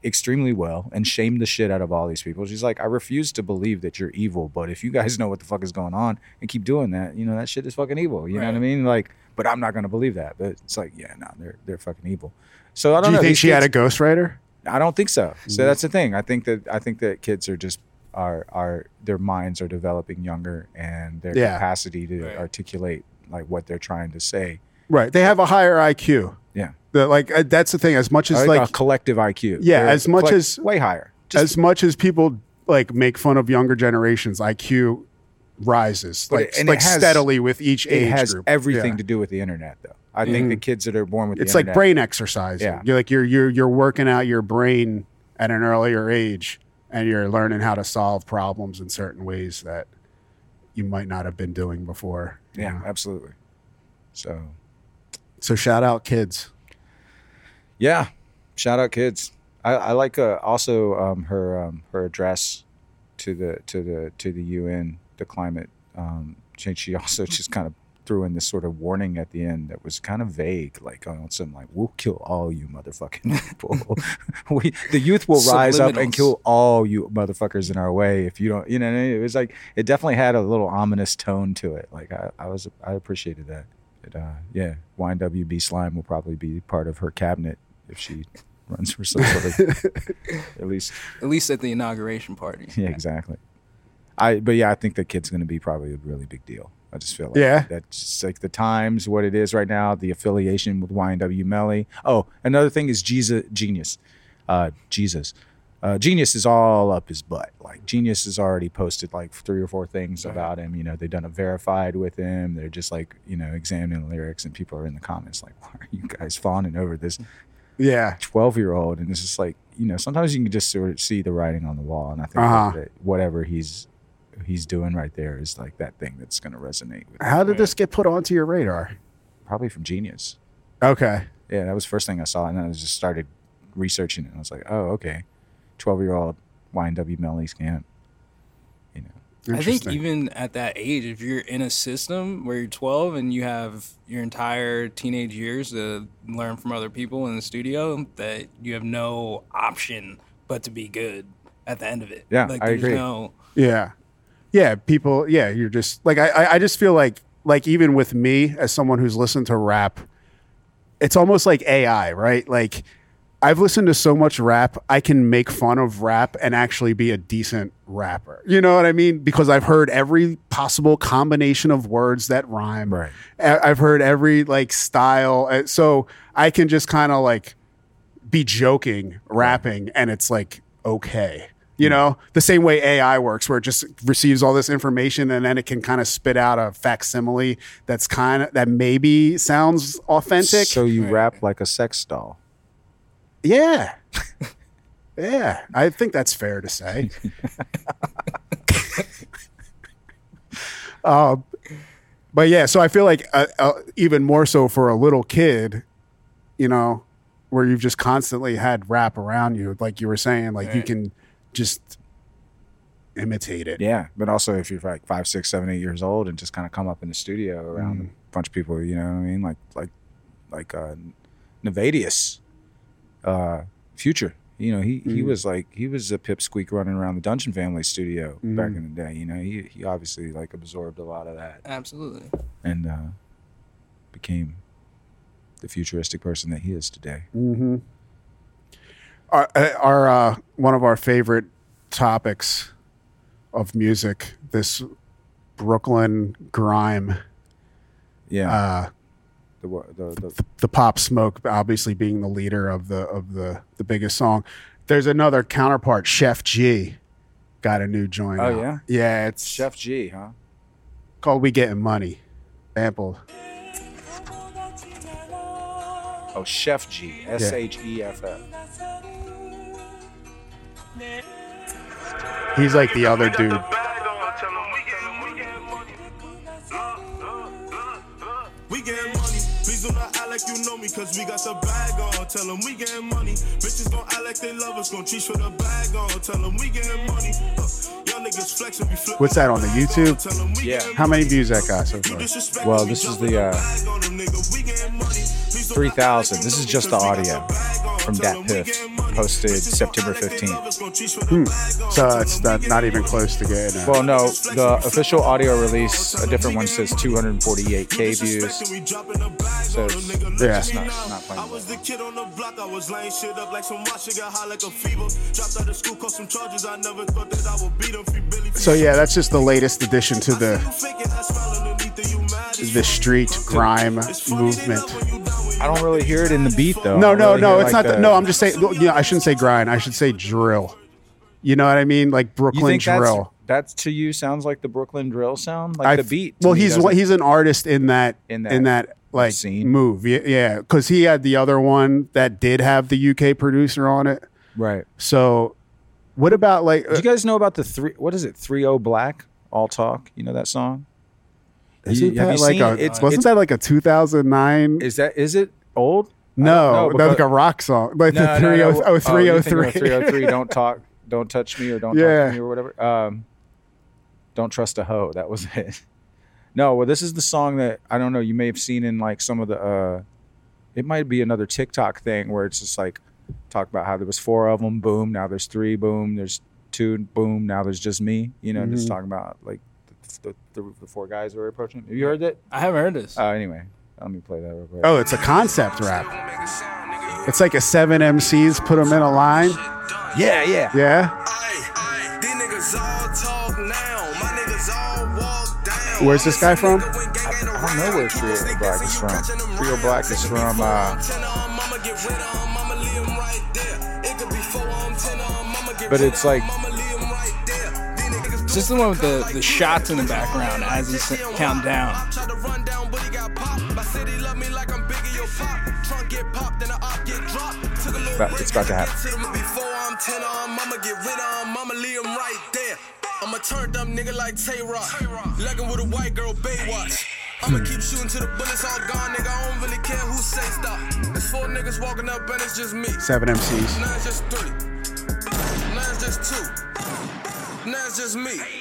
B: extremely well and shamed the shit out of all these people. She's like, I refuse to believe that you're evil, but if you guys know what the fuck is going on and keep doing that, you know that shit is fucking evil. You know what I
C: Right.
B: mean? Like, but I'm not gonna believe that. But it's like, yeah, no, they're they're fucking evil. So I
A: Do
B: don't
A: you
B: know.
A: think
B: these
A: she had
B: kids-
A: a ghostwriter?
B: I don't think so. So
A: Mm-hmm.
B: that's the thing. I think that I think that kids are just are are their minds are developing younger and their
A: Yeah.
B: capacity to
C: Right.
B: articulate like what they're trying to say.
A: Right. They have a higher IQ.
B: Yeah.
A: The, like uh, that's the thing. As much as
B: Like,
A: like
B: a collective IQ.
A: Yeah,
B: They're
A: as much
B: collect-
A: as-
B: way higher.
A: as much as people like make fun of younger generations, IQ rises
B: But
A: like,
B: it- and it
A: like
B: has-
A: steadily with each
B: it
A: age
B: has
A: group.
B: everything
A: Yeah. Mm-hmm.
B: to do with the internet though. I think the kids that are born with
A: it's
B: the
A: like
B: internet,
A: brain exercise.
B: Yeah.
A: You're like you're you're you're working out your brain at an earlier age and you're learning how to solve problems in certain ways that you might not have been doing before. you
B: Yeah,
A: know?
B: absolutely. So
A: So shout out kids.
B: yeah. Shout out kids. I, I like uh, also um, her um, her address to the to the to the UN, the climate um, change. She also just kind of threw in this sort of warning at the end that was kind of vague, like on some like we'll kill all you motherfucking people. we the youth will rise up and
C: Subliminals.
B: kill all you motherfuckers in our way if you don't. You know, what I mean? it was like it definitely had a little ominous tone to it. Like I, I was I appreciated that. It, uh, yeah, YNWB slime will probably be part of her cabinet if she runs for some sort of at least
C: At least at the inauguration party.
B: yeah, exactly. I but yeah, I think the kid's going to be probably a really big deal. I just feel like
A: Yeah.
B: that's just like the times, what it is right now, the affiliation with YNW Melly. Oh, another thing is Jesus Genius, uh, Jesus. Uh, Genius is all up his butt. Like Genius has already posted like three or four things about him. You know, they've done a verified with him. They're just like you know examining the lyrics, and people are in the comments like, "Why are you guys fawning over this
A: Yeah.
B: 12 year old and it's just like you know sometimes you can just sort of see the writing on the wall and i think
A: Uh-huh.
B: that whatever he's he's doing right there is like that thing that's going to resonate with
A: How did this get put onto your radar?
B: probably from genius
A: Okay.
B: yeah that was the first thing i saw and then i just started researching it and i was like oh okay 12 year old ynw melly's camp you know
C: I think
A: Interesting.
C: even at that age, if you're in a system where you're 12 and you have your entire teenage years to learn from other people in the studio, that you have no option but to be good at the end of it.
B: Yeah,
C: like,
B: I
C: there's
B: agree.
C: No,
A: Yeah. Yeah. People, yeah, you're just like, I- I, I just feel like, like, even with me as someone who's listened to rap, it's almost like AI, right? Like, I've listened to so much rap, I can make fun of rap and actually be a decent rapper. You know what I mean? Because I've heard every possible combination of words that rhyme.
B: Right.
A: I- I've heard every like style. Uh, So I can just kind of like be joking, rapping, and it's like okay. You know, the same way AI works, where it just receives all this information and then it can kind of spit out a facsimile that's kind of that maybe sounds authentic.
B: So you rap like a sex doll.
A: yeah, yeah, I think that's fair to say. um, but yeah, so I feel like uh, uh, even more so for a little kid, you know, where you've just constantly had rap around you, like you were saying, like you can just imitate it.
B: Yeah, but also if you're like five, six, seven, eight years old and just kind of come up in the studio around a bunch of people, you know what I mean? Like like like uh, Nevadius, uh, Future. You know, he he was like he was a pipsqueak running around the Dungeon Family studio back in the day. You know, he he obviously like absorbed a lot of that
C: Absolutely.
B: and uh, became the futuristic person that he is today.
A: Our, uh, our uh, one of our favorite topics of music, this Brooklyn grime,
B: Yeah,
A: uh,
B: the, wo- the the
A: the Pop Smoke, obviously being the leader of the of the the biggest song. There's another counterpart, Chef G, got a new joint.
B: Oh,
A: out.
B: yeah?
A: yeah, it's
B: Chef G, huh?
A: called "We Getting Money." Ample.
B: Oh, Chef G, S H E F F.
A: He's like the other dude.
J: We getting money. Please do not act like you know me, cause we got the bag on. Tell them we getting money. Bitches gon' act like they love us, gon' cheat for the bag on. Tell them we getting money. Uh, y'all niggas flex when we flip
A: What's that on the YouTube?
J: Tell 'em we
B: Yeah.
J: getting
A: How many views that got so
J: You
A: far?
J: disrespect
B: Well,
J: me,
B: this is
J: double
B: the, uh,
J: bag on 'em, nigga. We getting money. Please don't act like
B: 3,000.
J: you
B: This
J: know
B: is
J: me,
B: just
J: 'cause
B: the
J: we got
B: audio
J: bag on 'em.
B: from
J: Tell
B: Dat
J: 'em we
B: Piff,
J: getting money.
B: posted
J: Bitches gon'
B: September
J: act like they
B: 15th.
J: love us, gon' cheat for the bag on.
A: So
J: Tell 'em
A: it's
J: we
A: not,
J: getting
A: not even
J: money.
A: close to getting. Uh,
B: Well, no, the official audio release, a different one says 248k views. So it's-
A: yeah.
B: it's not, it's not playing.
J: I was the kid on the block, I was laying shit up like some watch, got high like a fever. Dropped out of school, caught some charges, I never thought that I would beat him. Free Billy,
A: So yeah, that's just the latest addition to the the street grime movement.
B: I don't really hear it in the beat though.
A: No,
B: I
A: no,
B: really
A: no.
B: hear,
A: It's
B: like, uh,
A: not. The,
B: the-
A: no, I'm just saying. You know, I shouldn't say grind. I should say drill. You know what I mean? Like
B: You
A: Brooklyn
B: think
A: drill.
B: That's, that's to you sounds like the Brooklyn drill sound, like
A: I-
B: the beat. to
A: Well,
B: me
A: he's
B: doesn't-
A: what he's an artist in that
B: In
A: in
B: that
A: that, like
B: scene.
A: move. Y- Yeah, because he had the other one that did have the UK producer on it.
B: right.
A: So, what about like? uh,
B: Did you guys know about the three? What is it? Three O Black, All Talk. You know that song?
A: isn't
B: you- have
A: that
B: you
A: like
B: seen
A: a?
B: it? It's-
A: wasn't
B: it's-
A: that like a 2009?
B: Is that is it old?
A: No,
B: know,
A: that's like
B: because-
A: a rock song, like
B: No,
A: the
B: no,
A: three
B: no.
A: oh oh
B: Oh,
A: three
B: you're
A: oh
B: thinking of
A: three.
B: 303, Don't talk. Don't touch me or don't talk
A: Yeah.
B: to me or whatever. Um, don't trust a hoe. That was it. No, well, this is the song that I don't know. You may have seen in like some of the. Uh, it might be another TikTok thing where it's just like talk about how there was four of them. Boom. Now there's three. Boom. There's two. Boom. Now there's just me. You know,
A: Mm-hmm.
B: just talking about like the, the, the four guys who were approaching. Have you heard that?
C: I haven't heard this.
B: Uh, anyway, let me play that real quick.
A: Oh, it's a concept rap. It's like a seven MCs put them in a line.
B: yeah, yeah.
A: Yeah,
J: Ay, these niggas all talk now. My niggas all walk down.
A: where's this guy from?
B: I don't know where Trio Black is from. Trio Black is from. Uh, but it's like
C: Is this the one with the, the shots in the background as he's counting down?
B: about- it's about to happen.
J: uh, I'ma turn dumb nigga like Tay Rock. Legging with a white girl Baywatch. I'ma keep shooting till the bullets all gone, nigga. I don't really care who say stop. It's four niggas walking up and it's just me.
A: Seven MCs.
J: Now it's just three. Now it's just two. Now it's just me.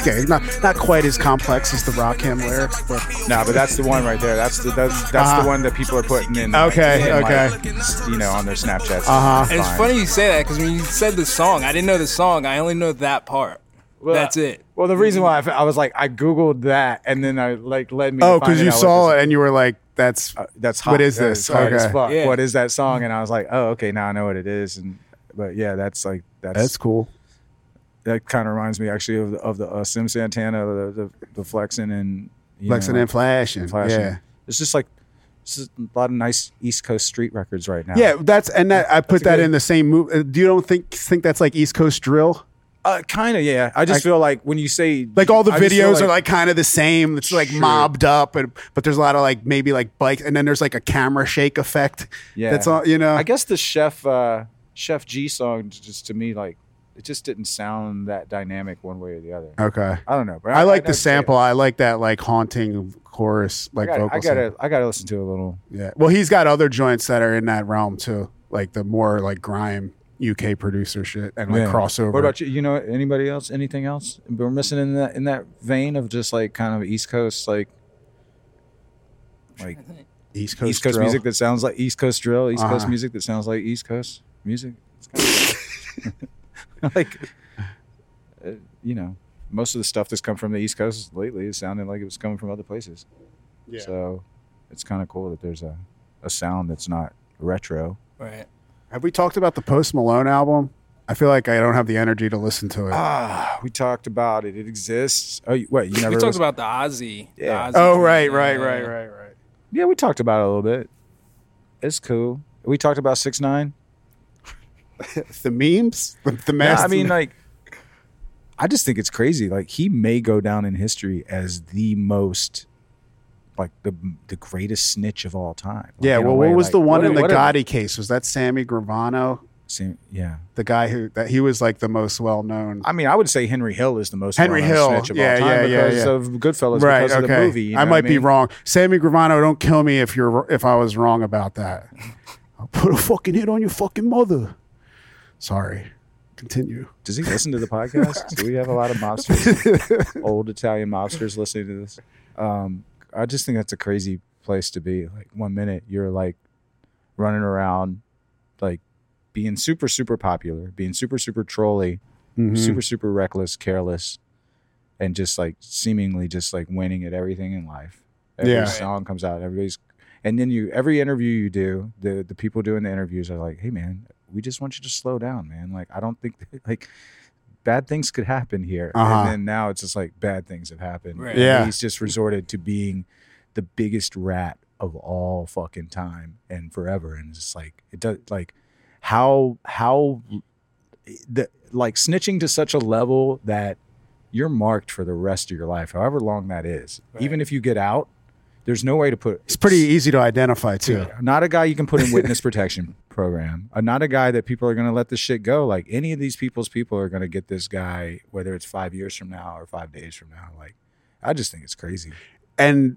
A: Okay, not not quite as complex as the Rock Him lyrics, but
B: Nah, but that's the one right there. That's the that's, that's
A: Uh-huh.
B: the one that people are putting in.
A: Okay,
B: in,
A: okay.
B: s- you know, on their Snapchats.
A: Uh-huh.
B: Fine.
C: And it's funny you say that because when you said the song, I didn't know the song. I only know that part. That's it.
B: Well, the reason why I, f- I was like I googled that and then I like led me.
A: oh,
B: because
A: because you saw it and you were like, "That's
B: uh, That's hot.
A: What is
B: That
A: this?
B: is hard as
A: Okay.
B: fuck.
C: Yeah.
B: What is that song? And I was like, oh, okay, now I know what it is. And but yeah, that's like that's,
A: that's cool."
B: that kind of reminds me actually of the, of the uh, Sim Santana, the the, the flexing and you
A: Flexing
B: know,
A: and flashing.
B: flashing.
A: Yeah,
B: It's just like This is a lot of nice East Coast street records right now.
A: Yeah, that's and that I put
B: a
A: that
B: good-
A: in the same move. uh, Do you don't think think that's like East Coast drill?
B: uh, kind of. Yeah, I just
A: I-
B: feel like when you say
A: Like all the
B: I just feel
A: videos are like kind of the same. It's like
B: Sure.
A: mobbed up, and but there's a lot of like maybe like bikes, and then there's like a camera shake effect.
B: Yeah.
A: that's all you know.
B: I guess the chef uh, Chef G song j- just to me like it just didn't sound that dynamic one way or the other.
A: okay,
B: I don't know, but
A: I like
B: I'd
A: the
B: say it.
A: sample. I like that like haunting chorus,
B: I
A: like
B: gotta,
A: vocal.
B: I
A: sample.
B: gotta, I gotta listen to a little.
A: Yeah. Well, he's got other joints that are in that realm too, like the more like grime UK producer shit and like
B: Yeah.
A: crossover.
B: What about you? You know anybody else? Anything else we're missing in that in that vein of just like kind of East Coast like like
A: East Coast,
B: East Coast
A: drill?
B: music that sounds like East Coast drill, East
A: Uh-huh.
B: Coast music that sounds like East Coast music. It's kind of like, uh, you know, most of the stuff that's come from the East Coast lately is sounding like it was coming from other places.
A: Yeah.
B: So it's kind of cool that there's a, a sound that's not retro.
C: Right.
A: Have we talked about the Post Malone album? I feel like I don't have the energy to listen to it.
B: Ah, we talked about it. It exists. Oh, you, what? You never
C: we talked
B: listened-
C: about the Ozzy. the
B: Yeah.
C: Ozzy
A: oh,
C: joint,
A: right,
C: yeah,
A: right,
C: yeah,
A: right,
C: yeah.
A: right, right.
B: Yeah, we talked about it a little bit. It's cool. We talked about six nine.
A: The memes, the, the
B: Yeah,
A: mass.
B: I mean, like, I just think it's crazy. Like, he may go down in history as the most, like the the greatest snitch of all time. Like,
A: yeah.
B: in a
A: Well,
B: way,
A: what was
B: like-
A: the one
B: what-
A: in the
B: what a-
A: Gotti case? Was that Sammy Gravano,
B: same- yeah,
A: the guy who that he was like the most well known?
B: I mean, I would say Henry Hill is the most
A: Henry
B: well-known
A: Hill.
B: snitch of
A: Yeah,
B: all time
A: yeah, yeah,
B: because
A: yeah.
B: of Goodfellas, because of the movie. you
A: I
B: know
A: might
B: what
A: be
B: mean?
A: wrong. Sammy Gravano, don't kill me if you're if I was wrong about that. I'll put a fucking hit on your fucking mother. Sorry. Continue.
B: Does he listen to the podcast? Do we have a lot of mobsters, old Italian mobsters listening to this? Um, I just think that's a crazy place to be. Like one minute you're like running around, like being super, super popular, being super, super trolly, super, super reckless, careless, and just like seemingly just like winning at everything in life. Every
A: Yeah.
B: song comes out, everybody's, and then you every interview you do, the the people doing the interviews are like, "Hey man, we just want you to slow down, man. Like I don't think like bad things could happen here."
A: Uh-huh.
B: And then now it's just like bad things have happened.
C: Right.
B: And
A: Yeah.
B: he's just resorted to being the biggest rat of all fucking time and forever, and it's just like it does like how how the like snitching to such a level that you're marked for the rest of your life, however long that is. Even if you get out, there's no way to put
A: It's pretty easy to identify too.
B: not a guy you can put in witness protection program. Uh, Not a guy that people are going to let this shit go. Like any of these people's people are going to get this guy, whether it's five years from now or five days from now. Like, I just think it's crazy.
A: And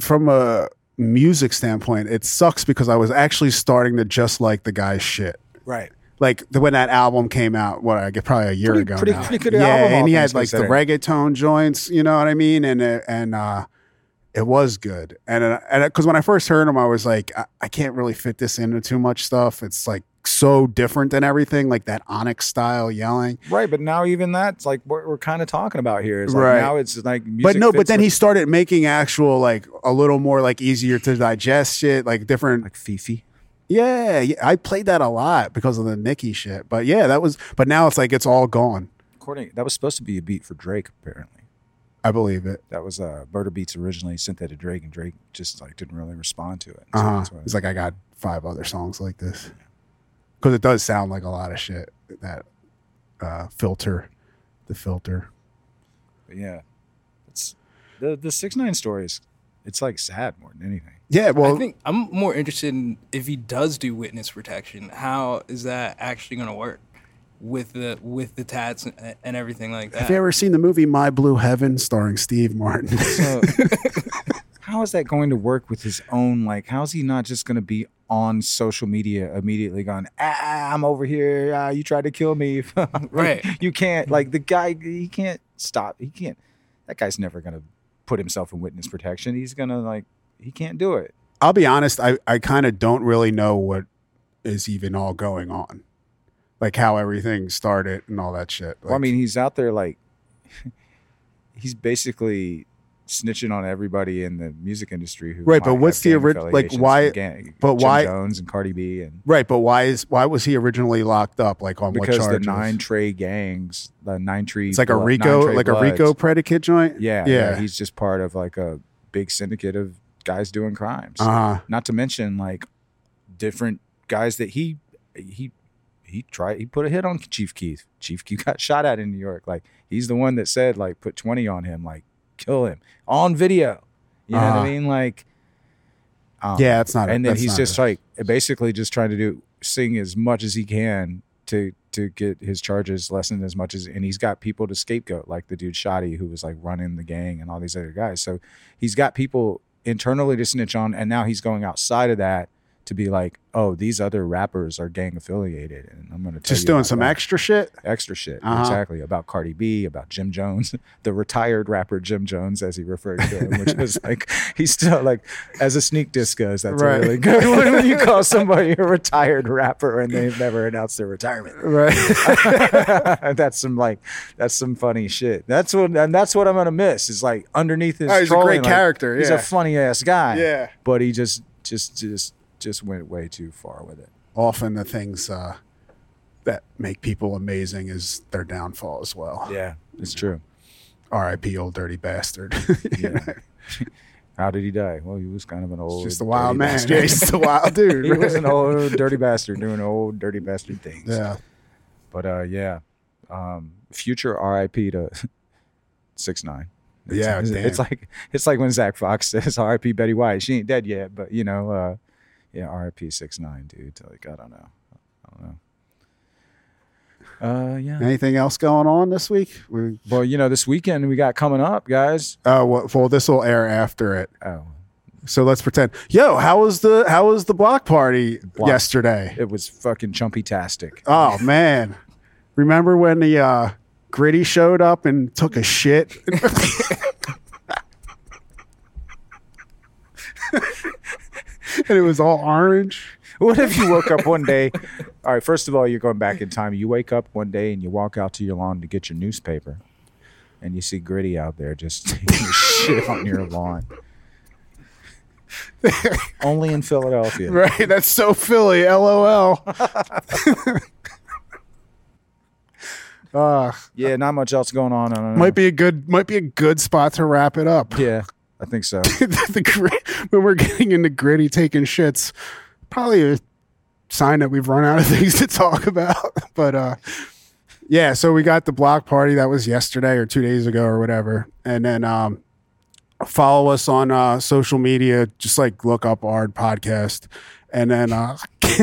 A: from a music standpoint, it sucks because I was actually starting to just like the guy's shit.
B: Right.
A: Like the, when that album came out, what I guess probably a year
B: Pretty-
A: ago.
B: pretty-
A: now.
B: pretty good
A: yeah,
B: album, all
A: and he
B: things
A: had like the
B: considered.
A: reggaeton joints. You know what I mean? And uh, and uh, it was good. And uh, and because when I first heard him, I was like, I, I can't really fit this into too much stuff. It's like so different than everything, like that Onyx style yelling.
B: Right. But now even that's like what we're kind of talking about here. Is like
A: Right.
B: now it's like music
A: but no, but
B: fits
A: then
B: with-
A: he started making actual like a little more like easier to digest shit, like different.
B: like Fifi.
A: yeah, yeah, I played that a lot because of the Nicki shit. But yeah, that was. But now it's like it's all gone.
B: According that was supposed to be a beat for Drake apparently.
A: I believe it.
B: That was uh Murder Beats originally sent that to Drake and Drake just like didn't really respond to it. So
A: Uh
B: that's
A: huh.
B: why-
A: It's like I got five other songs like this because it does sound like a lot of shit. That uh, filter, the filter.
B: But yeah, it's the the six nine story is it's like sad more than anything.
A: Yeah. Well,
C: I think I'm more interested in if he does do witness protection. How is that actually going to work with the with the tats and, and everything like that?
A: have you ever seen the movie My Blue Heaven starring Steve Martin?
B: So how is that going to work with his own? Like, how is he not just going to be on social media immediately? Gone, ah, I'm over here. Ah, you tried to kill me.
C: Right.
B: You can't. Like the guy, he can't stop. He can't. That guy's never going to put himself in witness protection. He's gonna like he can't do it.
A: I'll be honest, I, I kind of don't really know what is even all going on. Like how everything started and all that shit.
B: Well, I
A: Like,
B: mean, he's out there like he's basically snitching on everybody in the music industry who
A: Right, but
B: might have
A: what's the
B: gang
A: orig- like,
B: affiliations,
A: why-
B: gang-
A: but
B: Jim
A: why-
B: Jones and Cardi B and
A: right, but why is why was he originally locked up? Like on what
B: because the
A: charges?
B: nine Trey gangs, the nine Tree,
A: it's like a
B: Blood- Nine
A: Rico,
B: Trey
A: like a
B: Bloods.
A: Rico predicate joint.
B: Yeah, yeah,
A: yeah.
B: he's just part of like a big syndicate of guys doing crimes.
A: Uh-huh.
B: Not to mention like different guys that he he he tried he put a hit on Chief Keith. Chief Keith got shot at in New York. Like he's the one that said like put 20 on him, like kill him on video. You know
A: Uh-huh.
B: what I mean? Like um,
A: Yeah, it's not.
B: and then
A: that's
B: he's
A: not
B: just
A: a-
B: like basically just trying to do sing as much as he can to to get his charges lessened as much as and he's got people to scapegoat like the dude Shoddy who was like running the gang and all these other guys so he's got people internally to snitch on and now he's going outside of that to be like oh these other rappers are gang affiliated and I'm gonna tell
A: just
B: you
A: doing
B: about
A: some
B: that."
A: extra shit.
B: extra shit
A: Uh-huh.
B: exactly about Cardi B about Jim Jones the retired rapper Jim Jones as he referred to him which was like he's still like as a sneak disc goes that's
A: Right.
B: a really good one when you call somebody a retired rapper and they've never announced their retirement
A: Right.
B: that's some like that's some funny shit that's what and that's what I'm gonna miss is like underneath his
A: Oh, he's a great
B: trolling, like,
A: character,
B: he's
A: yeah.
B: a funny ass guy
A: Yeah.
B: but he just just just just went way too far with it
A: Often the things uh, that make people amazing is their downfall as well.
B: yeah it's true
A: R.I.P. Old dirty bastard. You know?
B: how did he die well he was kind of an old
A: Just a wild
B: dirty
A: man.
B: bastard.
A: Yeah, he's just a wild dude.
B: he was an
A: right?
B: old dirty bastard doing old dirty bastard things.
A: Yeah.
B: But uh, yeah, um, future R.I.P. to six nine. It's,
A: Yeah,
B: it's,
A: damn.
B: it's like it's like when Zach Fox says R.I.P. Betty White. She ain't dead yet, but you know, uh, yeah, R.I.P. six nine, dude. Like I don't know, I don't know. Uh, yeah.
A: Anything else going on this week? We,
B: Well, you know, this weekend we got coming up, guys.
A: uh, well, well, this will air after it.
B: Oh,
A: So let's pretend. Yo, how was the how was the block party
B: Block.
A: yesterday?
B: it was fucking chumpy tastic.
A: Oh man. Remember when the uh Gritty showed up and took a shit? and it was all orange.
B: What if you woke up one day? All right, first of all, you're going back in time. You wake up one day and you walk out to your lawn to get your newspaper, and you see Gritty out there just taking a shit on your lawn. Only in Philadelphia.
A: Right? That's so Philly, LOL. uh,
B: Yeah, not much else going on. I don't know.
A: might be a good might be a good spot to wrap it up.
B: Yeah, I think so.
A: the grit, when we're getting into gritty taking shits, probably a sign that we've run out of things to talk about. But uh yeah, so we got the block party that was yesterday or two days ago or whatever. And then um follow us on uh social media, just like look up Ard Podcast. And then uh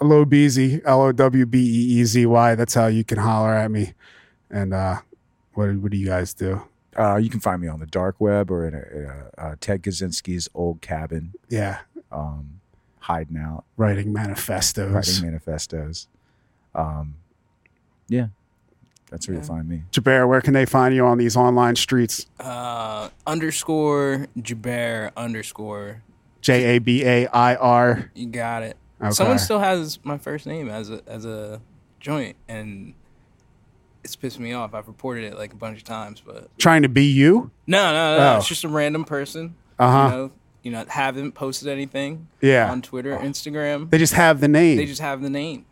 A: Lobeezy, L O W B E E Z Y. That's how you can holler at me. And uh what, what do you guys do?
B: Uh, you can find me on the dark web or in a, uh, uh, Ted Kaczynski's old cabin,
A: Yeah.
B: um, hiding out,
A: writing manifestos.
B: writing manifestos. Um, yeah, that's where you'll find me.
A: Jaber, where can they find you on these online streets?
C: Uh, underscore Jaber underscore.
A: J A B A I R.
C: You got it.
A: Okay.
C: Someone still has my first name as a as a joint, and it's pissed me off. I've reported it like a bunch of times, but
A: Trying to be you?
C: no, no, no.
A: Oh.
C: It's just a random person.
A: Uh-huh.
C: You know, you know, haven't posted anything.
A: Yeah. Oh.
C: On Twitter, Instagram,
A: They just have the name.
C: they just have the name.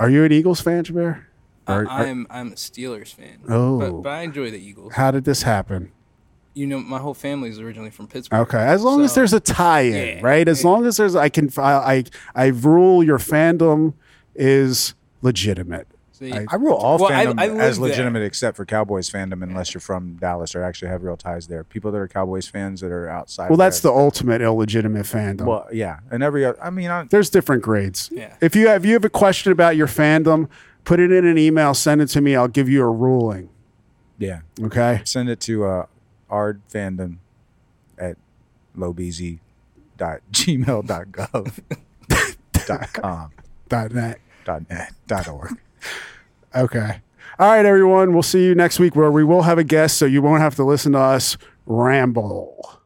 A: are you an Eagles fan, Jaber?
C: Uh, I-
A: Or- or-
C: I'm I'm a Steelers fan.
A: Oh.
C: But, but I enjoy the Eagles.
A: how did this happen?
C: You know, my whole family is originally from Pittsburgh.
A: Okay, as long as
C: So-
A: there's a tie-in,
C: Yeah.
A: right? As long as there's, I can, I, I, I rule your fandom is legitimate.
C: See,
A: I-
B: I rule all
C: Well, I-
B: fandom
C: I
B: as
C: lived
B: legitimate
C: there.
B: except for Cowboys fandom, unless you're from Dallas or actually have real ties there. People that are Cowboys fans that are outside.
A: Well, that's
B: there-
A: the ultimate illegitimate fandom.
B: well, yeah, and every other. I mean, I,
A: there's different grades.
C: Yeah.
A: If you have, if you have a question about your fandom, put it in an email, send it to me. I'll give you a ruling.
B: yeah,
A: Okay.
B: send it to uh, ard fandom at lowbz.gmail.gov dot com
A: Dot net.
B: dot net dot org.
A: Okay. All right, everyone. We'll see you next week where we will have a guest, so you won't have to listen to us ramble.